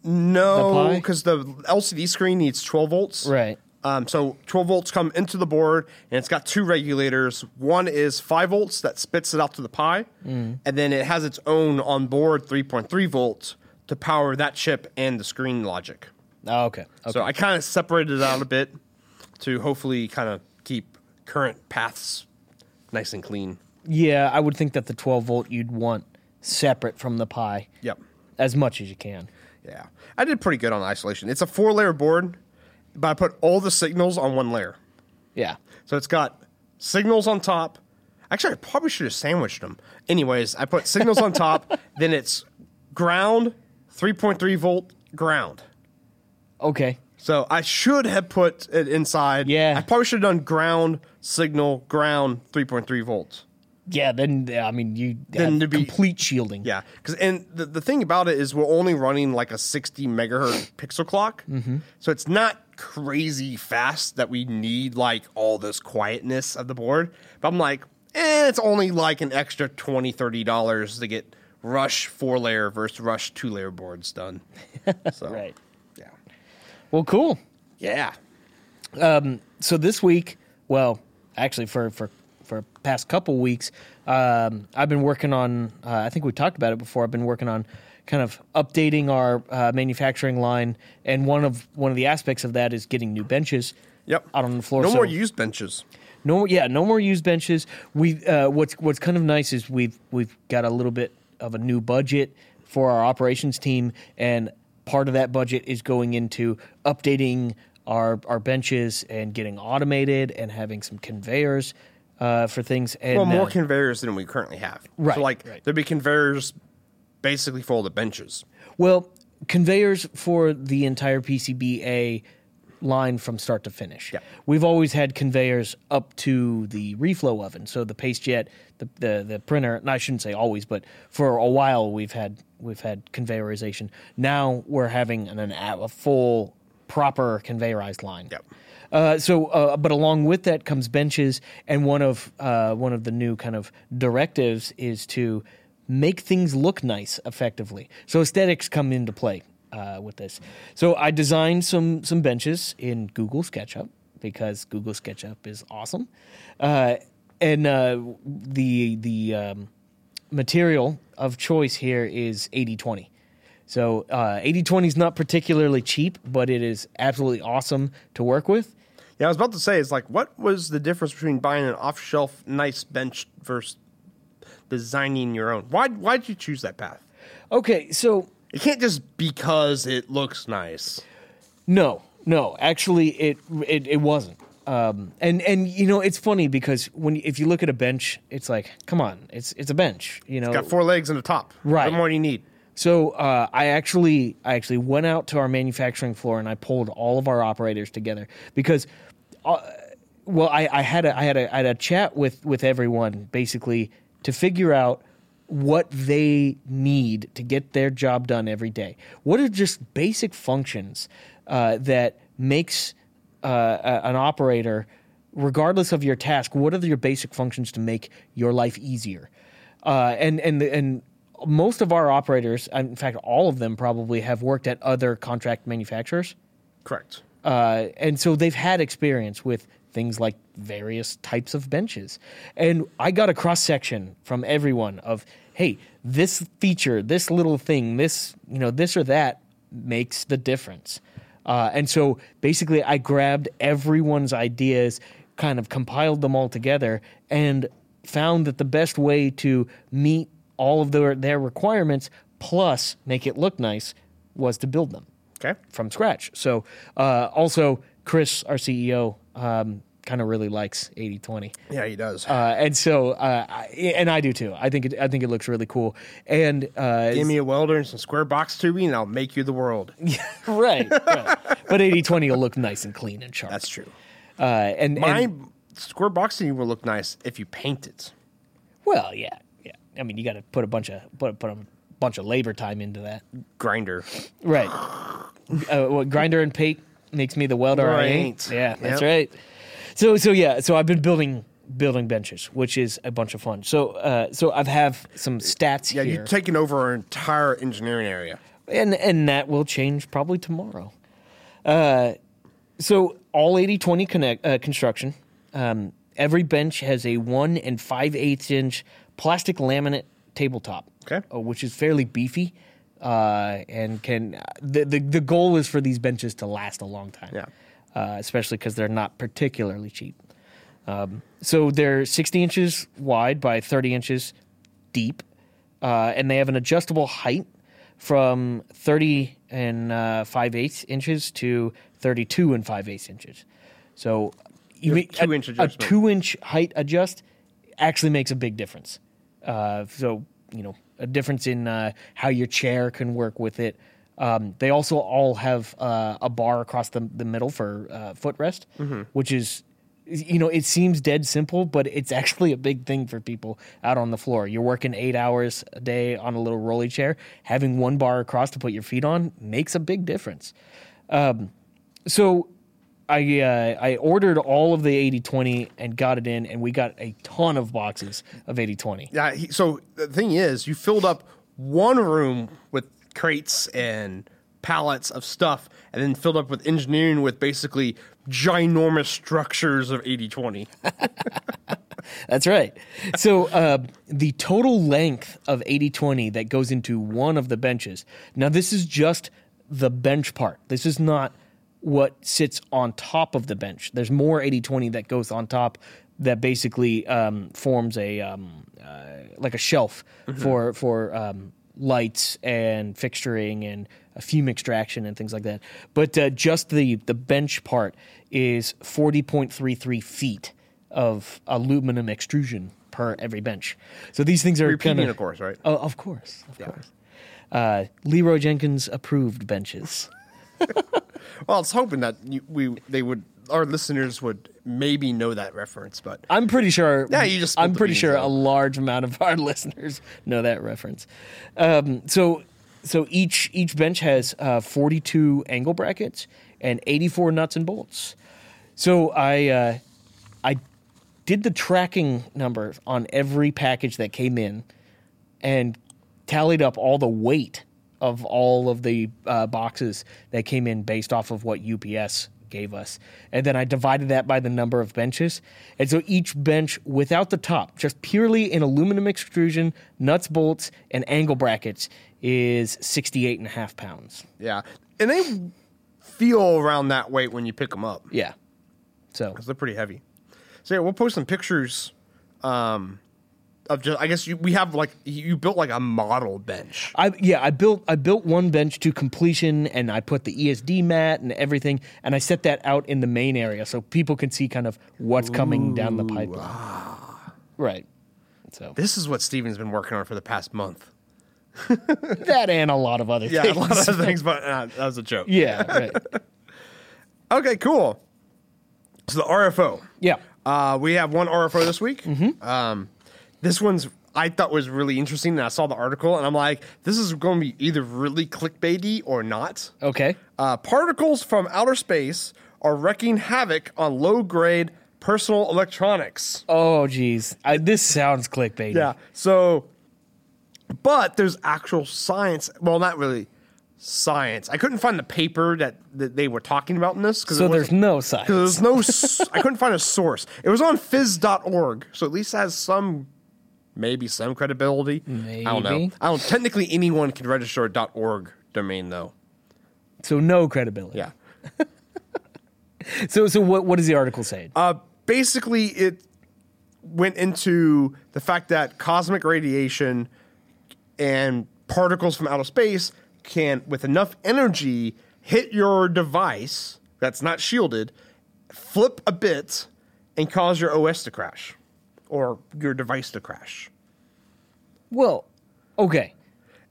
Speaker 1: No,
Speaker 2: Pi?
Speaker 1: because the LCD screen needs twelve volts.
Speaker 2: right?
Speaker 1: Um, so 12 volts come into the board, and it's got two regulators. One is 5 volts that spits it out to the Pi,
Speaker 2: Mm.
Speaker 1: and then it has its own onboard 3.3 volts to power that chip and the screen logic.
Speaker 2: Oh, okay. okay.
Speaker 1: So I kind of separated it out a bit to hopefully kind of keep current paths nice and clean.
Speaker 2: yeah, I would think that the 12 volt you'd want separate from the Pi.
Speaker 1: Yep.
Speaker 2: As much as you can.
Speaker 1: Yeah. I did pretty good on isolation. It's a four layer board, but I put all the signals on one layer.
Speaker 2: Yeah.
Speaker 1: So it's got signals on top. Actually, I probably should have sandwiched them. Anyways, I put signals on top, then it's ground, 3.3 volt ground.
Speaker 2: Okay.
Speaker 1: So I should have put it inside.
Speaker 2: Yeah.
Speaker 1: I probably should have done ground, signal, ground, 3.3 volts.
Speaker 2: Yeah, then I mean you
Speaker 1: Then
Speaker 2: have
Speaker 1: to be-
Speaker 2: complete shielding.
Speaker 1: Yeah, because and the, the thing about it is we're only running like a 60 megahertz pixel clock,
Speaker 2: Mm-hmm.
Speaker 1: so it's not crazy fast that we need like all this quietness of the board. But I'm like, eh, it's only like an extra 20 30 dollars to get Rush four layer versus Rush two layer boards done. So,
Speaker 2: Right.
Speaker 1: Yeah.
Speaker 2: Well, cool.
Speaker 1: Yeah.
Speaker 2: so this week, well, actually for for for past couple weeks, um, I've been working on. Uh, I think we talked about it before. I've been working on kind of updating our uh, manufacturing line, and one of one of the aspects of that is getting new benches.
Speaker 1: Yep.
Speaker 2: Out on the floor.
Speaker 1: No
Speaker 2: so-
Speaker 1: more used benches.
Speaker 2: no more. Yeah, no more used benches. We uh, what's what's kind of nice is we've we've got a little bit of a new budget for our operations team, and part of that budget is going into updating our our benches and getting automated and having some conveyors uh, for things. And
Speaker 1: Well, more
Speaker 2: uh,
Speaker 1: conveyors than we currently have.
Speaker 2: Right,
Speaker 1: So like
Speaker 2: right.
Speaker 1: there'd be conveyors basically for all the benches.
Speaker 2: well, conveyors for the entire PCBA line from start to finish.
Speaker 1: Yeah.
Speaker 2: We've always had conveyors up to the reflow oven, so the paste jet, the, the the printer. And I shouldn't say always, but for a while we've had we've had conveyorization. Now we're having an, an a a full proper conveyorized line.
Speaker 1: Yep.
Speaker 2: Uh, so, uh, but along with that comes benches, and one of uh, one of the new kind of directives is to make things look nice effectively. So aesthetics come into play uh, with this. So I designed some some benches in Google SketchUp because Google SketchUp is awesome, uh, and uh, the the um, material of choice here is 80-20. So uh, 80-20 is not particularly cheap, but it is absolutely awesome to work with.
Speaker 1: Yeah, I was about to say, it's like, what was the difference between buying an off-shelf nice bench versus designing your own? Why why would you choose that path?
Speaker 2: Okay, so
Speaker 1: It can't just because it looks nice.
Speaker 2: No, no. Actually, it it, it wasn't. Um, and and you know it's funny because when if you look at a bench, it's like, come on, it's it's a bench. You know,
Speaker 1: Got four legs and a top.
Speaker 2: Right.
Speaker 1: What more do you need?
Speaker 2: so uh, I actually I actually went out to our manufacturing floor and I pulled all of our operators together because, uh, well, I, I had a I had a I had a chat with with everyone basically to figure out what they need to get their job done every day. What are just basic functions uh, that makes uh, a- an operator, regardless of your task, what are your basic functions to make your life easier? Uh, and and the, and most of our operators, in fact, all of them probably have worked at other contract manufacturers,
Speaker 1: Correct.
Speaker 2: uh, and so they've had experience with things like various types of benches. And I got a cross section from everyone of, hey, this feature, this little thing, this you know, this or that makes the difference. Uh, and so basically, I grabbed everyone's ideas, kind of compiled them all together, and found that the best way to meet all of their, their requirements plus make it look nice was to build them
Speaker 1: Okay.
Speaker 2: from scratch. So uh, also Chris, our CEO, um, kind of really likes 80-20.
Speaker 1: Yeah, he does.
Speaker 2: Uh, and so, uh, I, and I do too. I think it, I think it looks really cool. And uh,
Speaker 1: Give me a welder and some square box tubing, and I'll make you the world.
Speaker 2: right, right. but 80-20 will look nice and clean and sharp.
Speaker 1: That's true.
Speaker 2: uh, and,
Speaker 1: My
Speaker 2: and
Speaker 1: square box tubing will look nice if you paint it.
Speaker 2: well, yeah, yeah. I mean, you got to put a bunch of put put a bunch of labor time into that.
Speaker 1: Grinder.
Speaker 2: Right. uh, what, grinder and Pate makes me the welder I
Speaker 1: Right.
Speaker 2: ain't. Yeah, that's
Speaker 1: Yep.
Speaker 2: right. So so yeah, so I've been building building benches, which is a bunch of fun. So uh, so I've have some stats
Speaker 1: Yeah,
Speaker 2: here,
Speaker 1: you're taking over our entire engineering area.
Speaker 2: and and that will change probably tomorrow. Uh, so all 80 20 connect, uh, construction. Um, every bench has a 1 and 5 eighths inch plastic laminate tabletop,
Speaker 1: Okay.
Speaker 2: uh, which is fairly beefy. Uh, and can the, the the goal is for these benches to last a long time,
Speaker 1: Yeah.
Speaker 2: Uh, especially because they're not particularly cheap. So they're 60 inches wide by 30 inches deep, uh, and they have an adjustable height from 30 and uh, 5 eighths inches to 32 and 5 eighths inches. So you
Speaker 1: have
Speaker 2: ma- a-
Speaker 1: two-inch
Speaker 2: a,
Speaker 1: adjustment.
Speaker 2: two inch height adjust actually makes a big difference. Uh, so you know a difference in uh, how your chair can work with it. Um, they also all have uh, a bar across the, the middle for uh, footrest, which is you know, it seems dead simple, but it's actually a big thing for people out on the floor. You're working eight hours a day on a little rolly chair. Having one bar across to put your feet on makes a big difference. Um, so I uh, I ordered all of the 8020 and got it in, and we got a ton of boxes of 8020.
Speaker 1: Yeah. He, so the thing is, you filled up one room with crates and pallets of stuff, and then filled up with engineering with basically ginormous structures of 80-20.
Speaker 2: That's right. So uh, the total length of 8020 that goes into one of the benches. Now this is just the bench part. This is not what sits on top of the bench. There's more 8020 that goes on top that basically um, forms a um, uh, like a shelf for for um, lights and fixturing and a fume extraction and things like that. But uh, just the the bench part is 40.33 feet of aluminum extrusion per every bench. So these things are
Speaker 1: Repeating,
Speaker 2: kind
Speaker 1: of course, right?
Speaker 2: Oh, of course, of course. Uh, Leroy Jenkins approved benches.
Speaker 1: Well, I was hoping that you, we they would our listeners would maybe know that reference, but
Speaker 2: I'm pretty sure.
Speaker 1: Yeah, you just spilled
Speaker 2: I'm
Speaker 1: the
Speaker 2: pretty
Speaker 1: beans,
Speaker 2: sure
Speaker 1: though.
Speaker 2: a large amount of our listeners know that reference. Um, so, so each each bench has uh, 42 angle brackets and 84 nuts and bolts. So I uh, I did the tracking number on every package that came in, and tallied up all the weight of all of the uh, boxes that came in based off of what UPS gave us. And then I divided that by the number of benches. And so each bench without the top, just purely in aluminum extrusion, nuts, bolts, and angle brackets, is 68 and a half pounds.
Speaker 1: yeah, and they feel around that weight when you pick them up.
Speaker 2: Yeah. So,
Speaker 1: because they're pretty heavy. So yeah, we'll post some pictures. Um, of just I guess you, we have like you built like a model bench.
Speaker 2: I yeah, I built I built one bench to completion and I put the ESD mat and everything and I set that out in the main area so people can see kind of what's coming down the pipeline.
Speaker 1: ah.
Speaker 2: Right. So
Speaker 1: This is what Steven's been working on for the past month.
Speaker 2: that and a lot of other
Speaker 1: Yeah,
Speaker 2: things.
Speaker 1: a lot of other things, but uh, that was a joke.
Speaker 2: yeah, right.
Speaker 1: Okay, cool. So the RFO.
Speaker 2: Yeah.
Speaker 1: Uh, we have one RFO this week. Um, this one's I thought was really interesting, and I saw the article, and I'm like, this is going to be either really clickbaity or not.
Speaker 2: Okay.
Speaker 1: Uh, particles from outer space are wrecking havoc on low-grade personal electronics.
Speaker 2: Oh geez. I, this sounds clickbait.
Speaker 1: Yeah. So, but there's actual science. Well, not really science. I couldn't find the paper that, that they were talking about in this because
Speaker 2: So there's no science.
Speaker 1: there's no. s- I couldn't find a source. It was on fizz.org, so at least it has some. Maybe some credibility. I don't know.
Speaker 2: Maybe.
Speaker 1: I don't. Technically, anyone can register a .org domain, though.
Speaker 2: So no credibility.
Speaker 1: Yeah.
Speaker 2: So so what what does the article say?
Speaker 1: Uh, basically, it went into the fact that cosmic radiation and particles from outer space can, with enough energy, hit your device that's not shielded, flip a bit, and cause your OS to crash or your device to crash.
Speaker 2: Well, okay.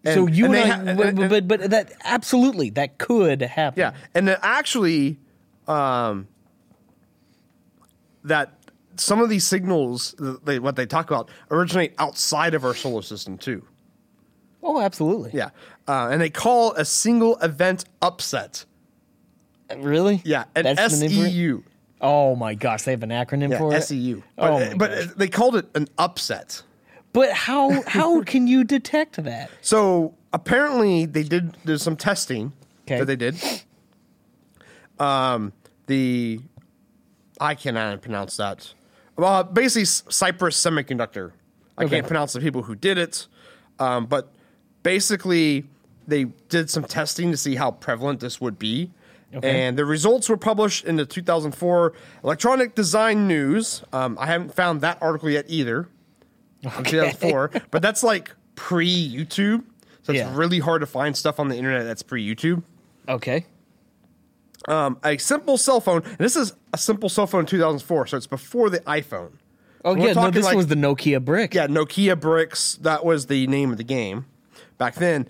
Speaker 2: so
Speaker 1: And-
Speaker 2: you
Speaker 1: and
Speaker 2: and,
Speaker 1: they
Speaker 2: I,
Speaker 1: ha-
Speaker 2: but,
Speaker 1: and-
Speaker 2: but but that absolutely that could happen.
Speaker 1: Yeah, and then actually, um, that some of these signals, th- they, what they talk about, originate outside of our solar system too.
Speaker 2: Oh, absolutely.
Speaker 1: Yeah, uh, and they call a single event upset.
Speaker 2: Really?
Speaker 1: Yeah, an
Speaker 2: That's the name for it?
Speaker 1: SEU.
Speaker 2: Oh my gosh, they have an acronym
Speaker 1: Yeah,
Speaker 2: for it.
Speaker 1: SEU. But, eh,
Speaker 2: Oh my
Speaker 1: but
Speaker 2: gosh.
Speaker 1: they called it an upset.
Speaker 2: But how how can you detect that?
Speaker 1: So apparently they did. There's some testing
Speaker 2: Okay.
Speaker 1: that they did. Um, the I cannot pronounce that. Well, basically, S- Cypress Semiconductor. I
Speaker 2: Okay.
Speaker 1: can't pronounce the people who did it, um, but basically, they did some testing to see how prevalent this would be.
Speaker 2: Okay.
Speaker 1: And the results were published in the 2004 Electronic Design News. Um, I haven't found that article yet either. from 2004, but that's like pre YouTube. So it's
Speaker 2: Yeah.
Speaker 1: really hard to find stuff on the internet that's pre YouTube
Speaker 2: Okay.
Speaker 1: um, a simple cell phone. And this is a simple cell phone in 2004, so it's before the iPhone.
Speaker 2: Oh
Speaker 1: So we're
Speaker 2: yeah, no,
Speaker 1: talking
Speaker 2: this
Speaker 1: like-
Speaker 2: was the Nokia brick.
Speaker 1: yeah, Nokia bricks. That was the name of the game back then.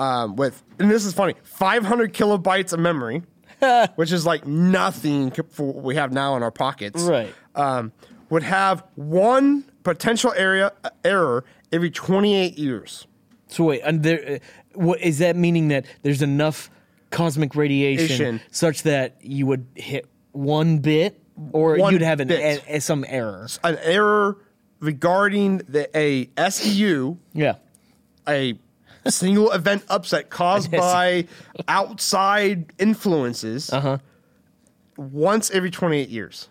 Speaker 1: Um, with and this is funny, 500 kilobytes of memory, which is like nothing co- for what we have now in our pockets.
Speaker 2: Right.
Speaker 1: Um, would have one potential area uh, error every 28 years.
Speaker 2: So wait, and there, uh, what is that meaning that there's enough cosmic radiation
Speaker 1: Radiation.
Speaker 2: such that you would hit one bit, or
Speaker 1: One
Speaker 2: you'd have an,
Speaker 1: bit.
Speaker 2: a- a- some error?
Speaker 1: An error regarding the a SEU
Speaker 2: Yeah.
Speaker 1: a single event upset caused
Speaker 2: Yes.
Speaker 1: by outside influences
Speaker 2: Uh-huh.
Speaker 1: once every 28 years.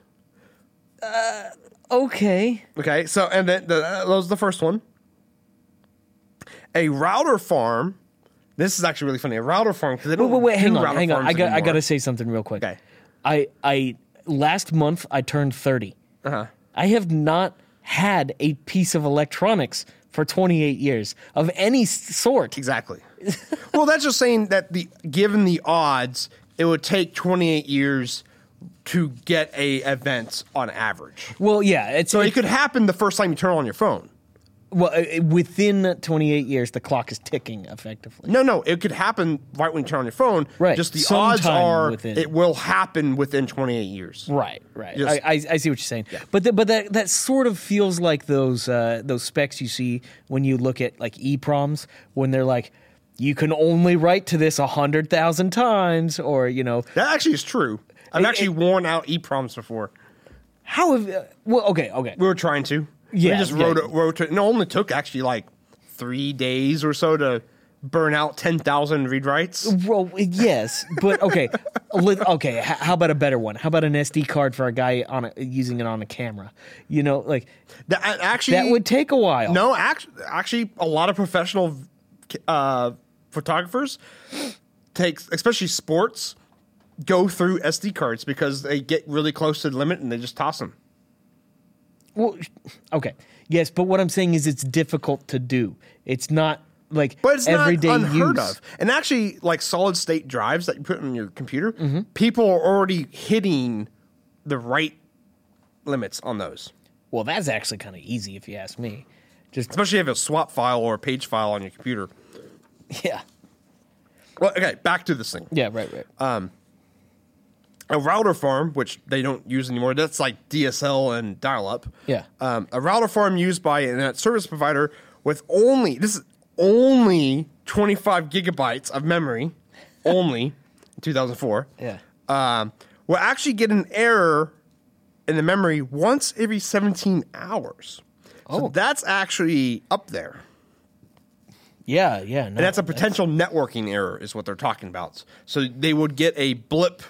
Speaker 2: Okay.
Speaker 1: Okay, so and then the, that was the first one. A router farm. This is actually really funny. A router farm because they don't
Speaker 2: Wait, wait, wait,
Speaker 1: do
Speaker 2: hang on,
Speaker 1: router
Speaker 2: hang on.
Speaker 1: farms
Speaker 2: I got, I
Speaker 1: anymore.
Speaker 2: got to say something real quick.
Speaker 1: Okay.
Speaker 2: I, I last month I turned thirty.
Speaker 1: Uh-huh.
Speaker 2: I have not had a piece of electronics for 28 years of any s- sort.
Speaker 1: exactly. well, that's just saying that the given the odds, it would take 28 years to get a event on average.
Speaker 2: Well, yeah, it's
Speaker 1: So it could happen the first time you turn on your phone.
Speaker 2: well uh, uh, within 28 years the clock is ticking effectively.
Speaker 1: No, no, it could happen right when you turn on your phone.
Speaker 2: Right.
Speaker 1: Just the
Speaker 2: Sometime
Speaker 1: odds are
Speaker 2: within-
Speaker 1: it will happen within 28 years.
Speaker 2: Right, right.
Speaker 1: Yes.
Speaker 2: I, I, I see what you're saying, but the, but that that sort of feels like those uh, those specs you see when you look at like EPROMs when they're like, you can only write to this hundred thousand times, or you know,
Speaker 1: That actually is true. I've
Speaker 2: It-
Speaker 1: actually worn out EPROMs before.
Speaker 2: how have uh, well, okay, okay,
Speaker 1: We were trying to.
Speaker 2: Yeah,
Speaker 1: We just
Speaker 2: yeah.
Speaker 1: wrote it, wrote it. And it only took actually like three days or so to burn out 10,000 read writes.
Speaker 2: Well, yes, but okay, Let- okay. h- How about a better one? How about an SD card for a guy on a, using it on a camera? You know, like
Speaker 1: That a- actually.
Speaker 2: that would take a while.
Speaker 1: No, actually, actually a lot of professional uh, photographers take, especially sports, go through SD cards because they get really close to the limit and they just toss them.
Speaker 2: Well, okay, yes, but what I'm saying is it's difficult to do. It's not like
Speaker 1: But it's
Speaker 2: everyday
Speaker 1: not unheard
Speaker 2: use.
Speaker 1: of. And actually, like solid state drives that you put on your computer,
Speaker 2: Mm-hmm.
Speaker 1: people are already hitting the right limits on those.
Speaker 2: Well, that's actually kind of easy if you ask me. Just
Speaker 1: Especially if you have a swap file or a page file on your computer.
Speaker 2: yeah,
Speaker 1: Well, okay, back to this thing.
Speaker 2: yeah, right, right.
Speaker 1: A router farm, which they don't use anymore, that's like DSL and dial up.
Speaker 2: Yeah.
Speaker 1: Um, a router farm used by an internet service provider with only, this is only 25 gigabytes of memory, only in 2004.
Speaker 2: yeah.
Speaker 1: um, will actually get an error in the memory once every 17 hours. So
Speaker 2: Oh.
Speaker 1: that's actually up there.
Speaker 2: Yeah, yeah, no.
Speaker 1: And that's a potential networking error, is what they're talking about. So they would get a blip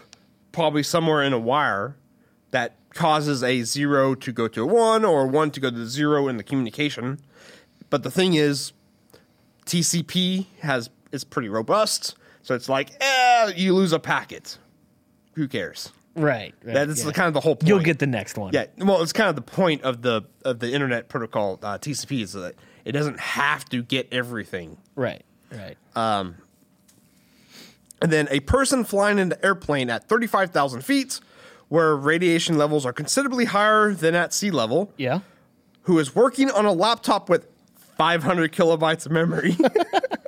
Speaker 1: probably somewhere in a wire that causes a zero to go to a one or a one to go to the zero in the communication. But the thing is, TCP has is pretty robust. So it's like, eh, you lose a packet. Who cares?
Speaker 2: right, right.
Speaker 1: That is
Speaker 2: yeah.
Speaker 1: the kind of the whole point.
Speaker 2: You'll get the next one.
Speaker 1: yeah. Well, it's kind of the point of the of the internet protocol uh, TCP is that it doesn't have to get everything.
Speaker 2: right, right.
Speaker 1: Uh, And then a person flying in an airplane at thirty five thousand feet, where radiation levels are considerably higher than at sea level,
Speaker 2: yeah.
Speaker 1: who is working on a laptop with five hundred kilobytes of memory.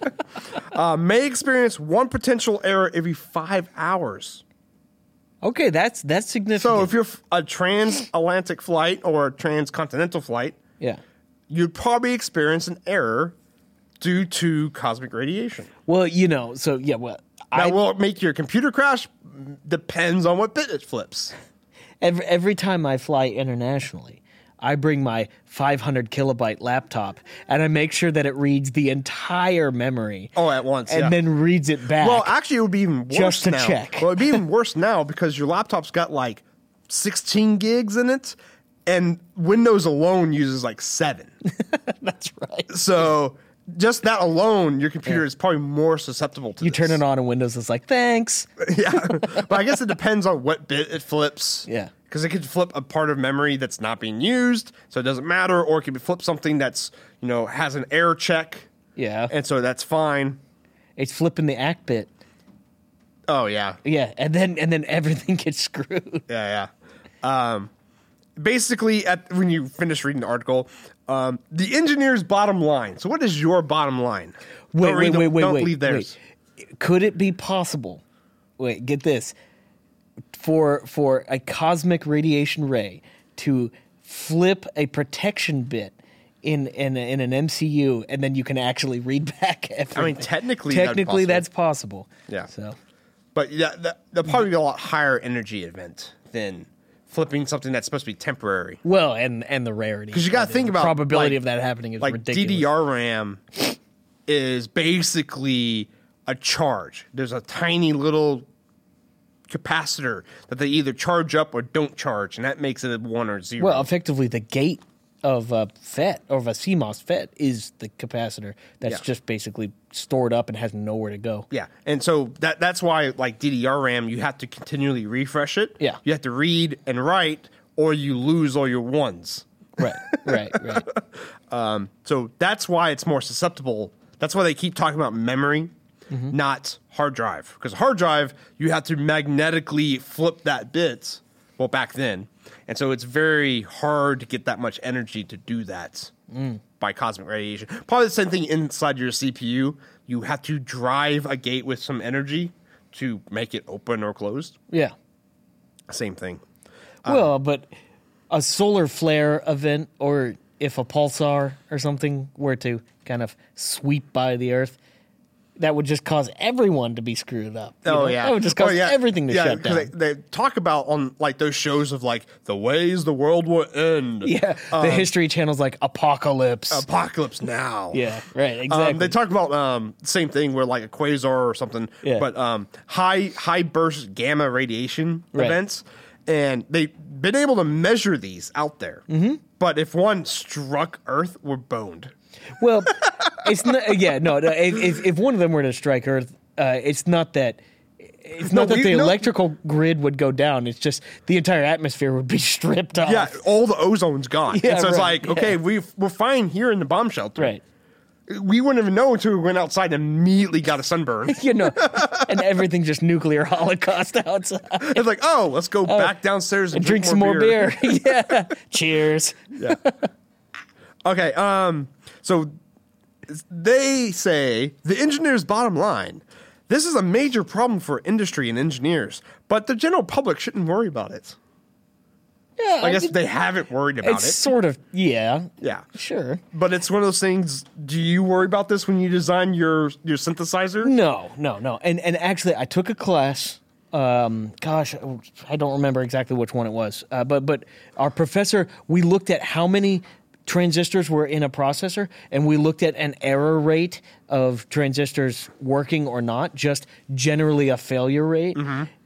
Speaker 1: Uh, may experience one potential error every five hours.
Speaker 2: Okay, that's that's significant.
Speaker 1: So, if you're f- a transatlantic flight or a transcontinental flight,
Speaker 2: yeah.
Speaker 1: you'd probably experience an error due to cosmic radiation.
Speaker 2: Well, you know, so yeah, well,
Speaker 1: Now,
Speaker 2: I,
Speaker 1: will it make your computer crash? Depends on what bit it flips.
Speaker 2: every, every time I fly internationally, I bring my 500 kilobyte laptop and I make sure that it reads the entire memory
Speaker 1: Oh, at once.
Speaker 2: and
Speaker 1: yeah.
Speaker 2: then reads it back.
Speaker 1: well, actually, it would be even worse
Speaker 2: Just to
Speaker 1: now.
Speaker 2: check.
Speaker 1: Well, it'd be even worse now because your laptop's got like 16 gigs in it, and Windows alone uses like seven.
Speaker 2: That's right.
Speaker 1: so just that alone, your computer is probably more susceptible to
Speaker 2: You
Speaker 1: this.
Speaker 2: turn it on and Windows is like, thanks.
Speaker 1: yeah. But I guess it depends on what bit it flips.
Speaker 2: Yeah.
Speaker 1: Because it could flip a part of memory that's not being used, so it doesn't matter, or it could flip something that's, you know, has an error check,
Speaker 2: Yeah.
Speaker 1: and so that's fine.
Speaker 2: It's flipping the act bit.
Speaker 1: Oh, yeah.
Speaker 2: Yeah, and then and then everything gets screwed.
Speaker 1: Yeah, yeah. Um, basically, at, when you finish reading the article, um, the engineer's bottom line. So, what is your bottom line?
Speaker 2: Wait,
Speaker 1: Don't
Speaker 2: wait,
Speaker 1: read the-
Speaker 2: wait, wait,
Speaker 1: Don't
Speaker 2: wait,
Speaker 1: leave theirs.
Speaker 2: wait. Could it be possible? Wait, get this. For for a cosmic radiation ray to flip a protection bit in in, in an MCU, and then you can actually read back. Everything.
Speaker 1: I mean, technically, that'd be
Speaker 2: technically
Speaker 1: possible.
Speaker 2: that's possible.
Speaker 1: Yeah.
Speaker 2: So
Speaker 1: But yeah, that, that'll probably be a lot higher energy event than flipping something that's supposed to be temporary.
Speaker 2: well, and and the rarity
Speaker 1: 'Cause you gotta
Speaker 2: the
Speaker 1: think about,
Speaker 2: probability
Speaker 1: like-
Speaker 2: of that happening is
Speaker 1: like
Speaker 2: ridiculous.
Speaker 1: DDR RAM is basically a charge. There's a tiny little capacitor that they either charge up or don't charge, and that makes it a one or zero.
Speaker 2: Well, effectively, the gate of a FET or of a CMOS FET E is the capacitor that's
Speaker 1: Yeah.
Speaker 2: just basically stored up and has nowhere to go.
Speaker 1: yeah, and so that that's why like DDR RAM, you have to continually refresh it.
Speaker 2: Yeah.
Speaker 1: you have to read and write, or you lose all your ones.
Speaker 2: Right, right, right.
Speaker 1: So that's why it's more susceptible. That's why they keep talking about memory, not hard drive. Because hard drive, you have to magnetically flip that bit. Well, back then. And so it's very hard to get that much energy to do that by cosmic radiation. Probably the same thing inside your CPU. You have to drive a gate with some energy to make it open or closed.
Speaker 2: Yeah.
Speaker 1: Same thing. Um,
Speaker 2: well, but a solar flare event, or if a pulsar or something were to kind of sweep by the Earth, that would just cause everyone to be screwed up. you know? That would just
Speaker 1: Oh,
Speaker 2: cause
Speaker 1: yeah.
Speaker 2: everything to
Speaker 1: Yeah,
Speaker 2: shut
Speaker 1: 'cause
Speaker 2: down.
Speaker 1: They, they talk about on like those shows of like the ways the world will end.
Speaker 2: yeah. the
Speaker 1: Um,
Speaker 2: History Channel's like apocalypse.
Speaker 1: apocalypse now.
Speaker 2: yeah, right, exactly.
Speaker 1: Um, they talk about um, same thing where like a quasar or something,
Speaker 2: Yeah.
Speaker 1: but um, high high burst gamma radiation
Speaker 2: Right.
Speaker 1: events, and they've been able to measure these out there.
Speaker 2: Mm-hmm.
Speaker 1: But if one struck Earth, we're boned.
Speaker 2: Well, it's not. uh, Yeah, no. no, If, if- if one of them were to strike Earth, uh, it's not that. It's
Speaker 1: No,
Speaker 2: not that
Speaker 1: we-
Speaker 2: the
Speaker 1: no.
Speaker 2: electrical grid would go down. It's just the entire atmosphere would be stripped off.
Speaker 1: Yeah, all the ozone's gone.
Speaker 2: Yeah,
Speaker 1: and so it's
Speaker 2: right,
Speaker 1: like, okay,
Speaker 2: yeah.
Speaker 1: we we're fine here in the bomb shelter.
Speaker 2: Right.
Speaker 1: We wouldn't even know until we went outside and immediately got a sunburn.
Speaker 2: You know, and everything just nuclear holocaust outside.
Speaker 1: it's like, oh, let's go back downstairs and
Speaker 2: Drink some more beer. yeah. Cheers.
Speaker 1: yeah. Okay. Um. So they say the engineer's bottom line. This is a major problem for industry and engineers, but the general public shouldn't worry about it.
Speaker 2: Yeah.
Speaker 1: I guess
Speaker 2: mean,
Speaker 1: they haven't worried about
Speaker 2: it's
Speaker 1: it.
Speaker 2: sort of yeah.
Speaker 1: yeah.
Speaker 2: Sure.
Speaker 1: But it's one of those things. Do you worry about this when you design your your synthesizer?
Speaker 2: No, no, no. And and actually, I took a class. Um, gosh, I don't remember exactly which one it was. Uh, but but our professor, we looked at how many transistors were in a processor, and we looked at an error rate of transistors working or not, just generally a failure rate.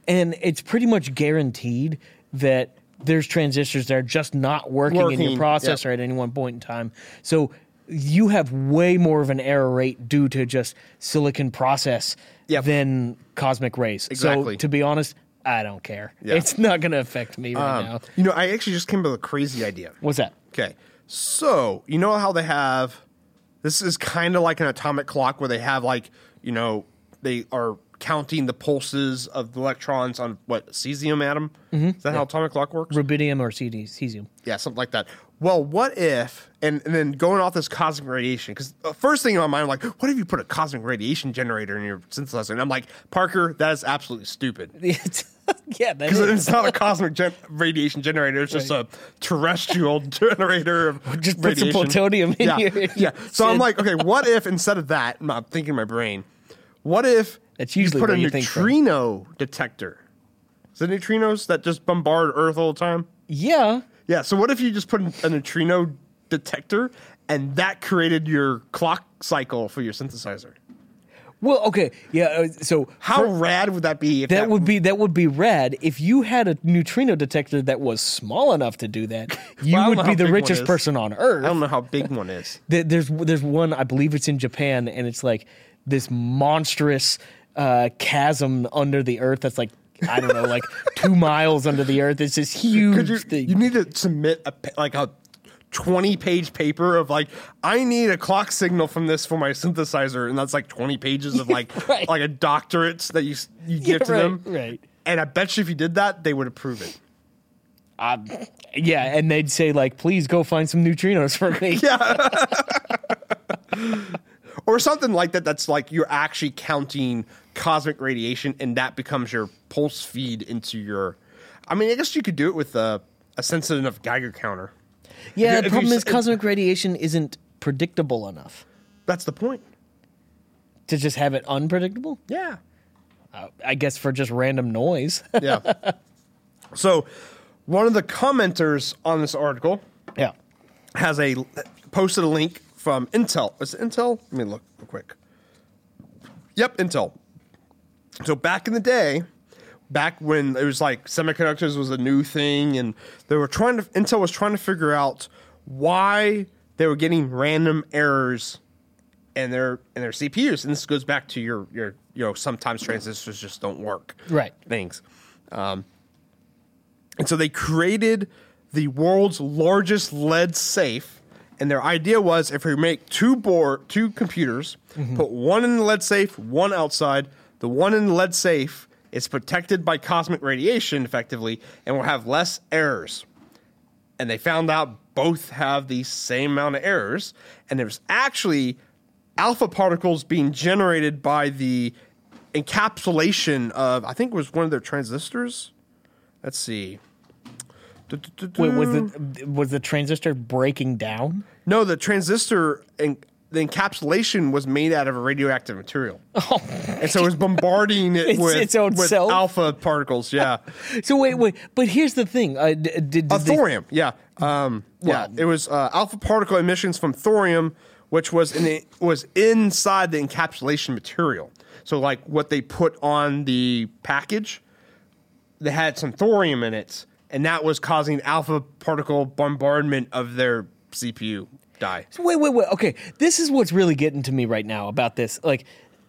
Speaker 2: And it's pretty much guaranteed that there's transistors that are just not working, in
Speaker 1: Working,
Speaker 2: your
Speaker 1: yep.
Speaker 2: processor at any one point in time. So you have way more of an error rate due to just silicon process
Speaker 1: Yep.
Speaker 2: than cosmic rays. So
Speaker 1: Exactly.
Speaker 2: to be honest, I don't care.
Speaker 1: Yeah. Um,
Speaker 2: It's not going to affect me right now.
Speaker 1: You know, I actually just came up with a crazy idea.
Speaker 2: What's that?
Speaker 1: Okay. So, you know how they have this is kind of like an atomic clock where they have like, you know, they are counting the pulses of the electrons on what cesium atom? Is that how atomic clock works?
Speaker 2: Rubidium or CD, cesium?
Speaker 1: yeah, something like that. Well, what if and, and then going off this cosmic radiation cuz the first thing in my mind I'm like, what if you put a cosmic radiation generator in your synthesizer? And I'm like, Parker, that is absolutely stupid.
Speaker 2: It's- yeah, that
Speaker 1: Because
Speaker 2: is.
Speaker 1: it's not a cosmic gen- radiation generator; it's just
Speaker 2: Right.
Speaker 1: a terrestrial generator of
Speaker 2: Just put some
Speaker 1: radiation.
Speaker 2: plutonium in
Speaker 1: yeah,
Speaker 2: your-
Speaker 1: yeah. So I'm
Speaker 2: Sid.
Speaker 1: like, okay, what if instead of that, I'm not thinking in my brain, what if
Speaker 2: That's
Speaker 1: you
Speaker 2: usually
Speaker 1: put a
Speaker 2: where you think from.
Speaker 1: neutrino detector? Is it neutrinos that just bombard Earth all the time?
Speaker 2: Yeah.
Speaker 1: Yeah. So what if you just put a neutrino detector and that created your clock cycle for your synthesizer?
Speaker 2: Well, okay, yeah. Uh, so
Speaker 1: How rad would that be? If
Speaker 2: that would be that would be rad if you had a neutrino detector that was small enough to do that. You
Speaker 1: Well, I don't know
Speaker 2: would be
Speaker 1: how
Speaker 2: the
Speaker 1: big one
Speaker 2: richest
Speaker 1: is.
Speaker 2: person on
Speaker 1: I don't
Speaker 2: earth.
Speaker 1: know how big one is.
Speaker 2: Th- There's there's one I believe it's in Japan, and it's like this monstrous uh, chasm under the earth that's like I don't know, like two miles under the earth. It's this
Speaker 1: Could
Speaker 2: huge
Speaker 1: you,
Speaker 2: thing.
Speaker 1: you need to submit a pa- like a twenty-page paper of like I need a clock signal from this for my synthesizer, and that's like twenty pages of like
Speaker 2: Right.
Speaker 1: like a doctorate that you s- you give to
Speaker 2: right,
Speaker 1: them.
Speaker 2: right.
Speaker 1: And I bet you if you did that, they would approve it.
Speaker 2: Um, yeah, and they'd say like, "Please go find some neutrinos for me."
Speaker 1: Yeah. or something like that that's like you're actually counting cosmic radiation and that becomes your pulse feed into your I mean, I guess you could do it with a, a sensitive enough Geiger counter. If
Speaker 2: Yeah,
Speaker 1: you-
Speaker 2: the
Speaker 1: if
Speaker 2: problem
Speaker 1: you
Speaker 2: is
Speaker 1: s-
Speaker 2: cosmic radiation isn't predictable enough
Speaker 1: That's the point.
Speaker 2: to just have it unpredictable.
Speaker 1: Yeah.
Speaker 2: I guess for just random noise.
Speaker 1: Yeah. so one of the commenters on this article
Speaker 2: yeah.
Speaker 1: has a posted a link from Intel. Is it Intel? Let me look real quick. Yep, Intel. So back in the day, back when it was like semiconductors was a new thing, and they were trying to Intel was trying to figure out why they were getting random errors in their in their CPUs. And this goes back to your your you know sometimes transistors just don't work
Speaker 2: Right.
Speaker 1: things. And so they created the world's largest lead safe. And their idea was if we make two board, two computers, put one in the lead safe, one outside, the one in the lead safe is protected by cosmic radiation effectively and will have less errors. And they found out both have the same amount of errors. And there's actually alpha particles being generated by the encapsulation of, I think it was one of their transistors. Let's see.
Speaker 2: Wait, was the was the transistor breaking down?
Speaker 1: No, the transistor and the encapsulation was made out of a radioactive material, and so it was bombarding it
Speaker 2: Oh. It's-
Speaker 1: with
Speaker 2: its own
Speaker 1: with
Speaker 2: self?
Speaker 1: alpha particles. Yeah,
Speaker 2: So wait, wait. But here's the thing. Uh, d- did, did
Speaker 1: uh,
Speaker 2: they-
Speaker 1: thorium. Yeah, um, yeah.
Speaker 2: Well-
Speaker 1: It was uh, alpha particle emissions from thorium, which was in the, was inside the encapsulation material. So, like what they put on the package, they had some thorium in it, and that was causing alpha particle bombardment of their CPU die.
Speaker 2: Wait, wait, wait. Okay, this is what's really getting to me right now about this. Like,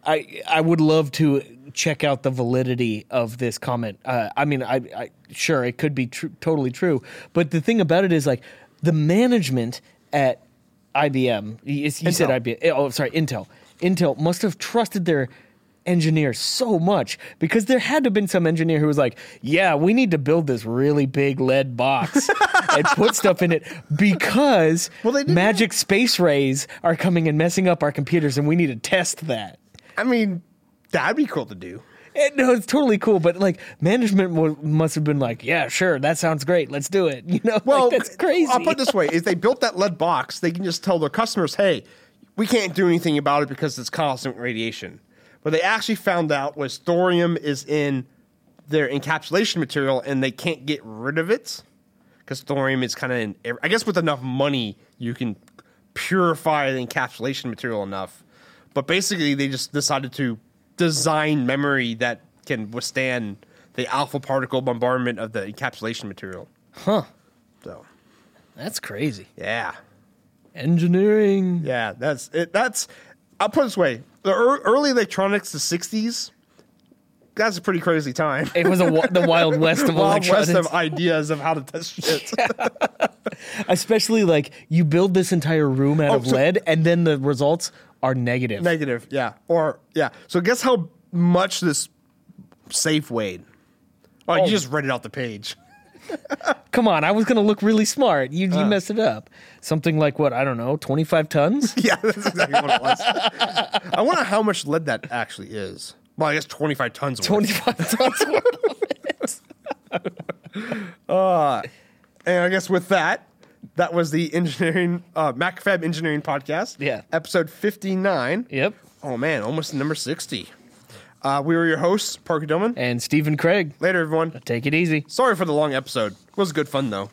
Speaker 2: I I would love to check out the validity of this comment. Uh, I mean, I, I sure it could be tr- totally true, but the thing about it is like the management at IBM. You, you said
Speaker 1: Intel.
Speaker 2: IBM. Oh, sorry, Intel. Intel must have trusted their engineer so much because there had to have been some engineer who was like, "Yeah, we need to build this really big lead box and put stuff in it because
Speaker 1: Well, they didn't-
Speaker 2: magic space rays are coming and messing up our computers, and we need to test that."
Speaker 1: I mean, that'd be cool to do.
Speaker 2: And no, it's totally cool, but like management wa- must have been like, "Yeah, sure, that sounds great. Let's do it." You know,
Speaker 1: Well,
Speaker 2: like, that's crazy.
Speaker 1: I'll put it this way: if they built that lead box, they can just tell their customers, "Hey, we can't do anything about it because it's constant radiation." What they actually found out was thorium is in their encapsulation material, and they can't get rid of it because thorium is kind of in. ev- I guess with enough money, you can purify the encapsulation material enough. But basically, they just decided to design memory that can withstand the alpha particle bombardment of the encapsulation material. So
Speaker 2: that's crazy.
Speaker 1: yeah,
Speaker 2: Engineering.
Speaker 1: yeah. That's it. That's I'll put it this way: the ear early electronics, the '60s. That's a pretty crazy time.
Speaker 2: It was a, wa- the wild west of
Speaker 1: Wild
Speaker 2: electronics.
Speaker 1: west of ideas of how to test shit.
Speaker 2: Especially like you build this entire room out of
Speaker 1: Oh, so-
Speaker 2: lead, and then the results are negative.
Speaker 1: Negative, yeah, or yeah. So guess how much this safe weighed? Oh,
Speaker 2: Oh.
Speaker 1: you just read it out the page.
Speaker 2: Come on, I was gonna look really smart. You,
Speaker 1: Uh.
Speaker 2: you messed it up. Something like what I don't know, twenty five tons.
Speaker 1: Yeah, that's exactly what it was. I wonder how much lead that actually is. Well, I guess twenty-five tons. Worth.
Speaker 2: 25 tons worth of it.
Speaker 1: And I guess with that, that was the engineering uh, MacFab Engineering Podcast.
Speaker 2: Yeah.
Speaker 1: episode fifty-nine.
Speaker 2: Yep.
Speaker 1: Oh man, almost number sixty. Uh, we were your hosts, Parker Dillman.
Speaker 2: And Stephen Craig,
Speaker 1: Later, everyone.
Speaker 2: take it easy.
Speaker 1: Sorry for the long episode. It was good fun though.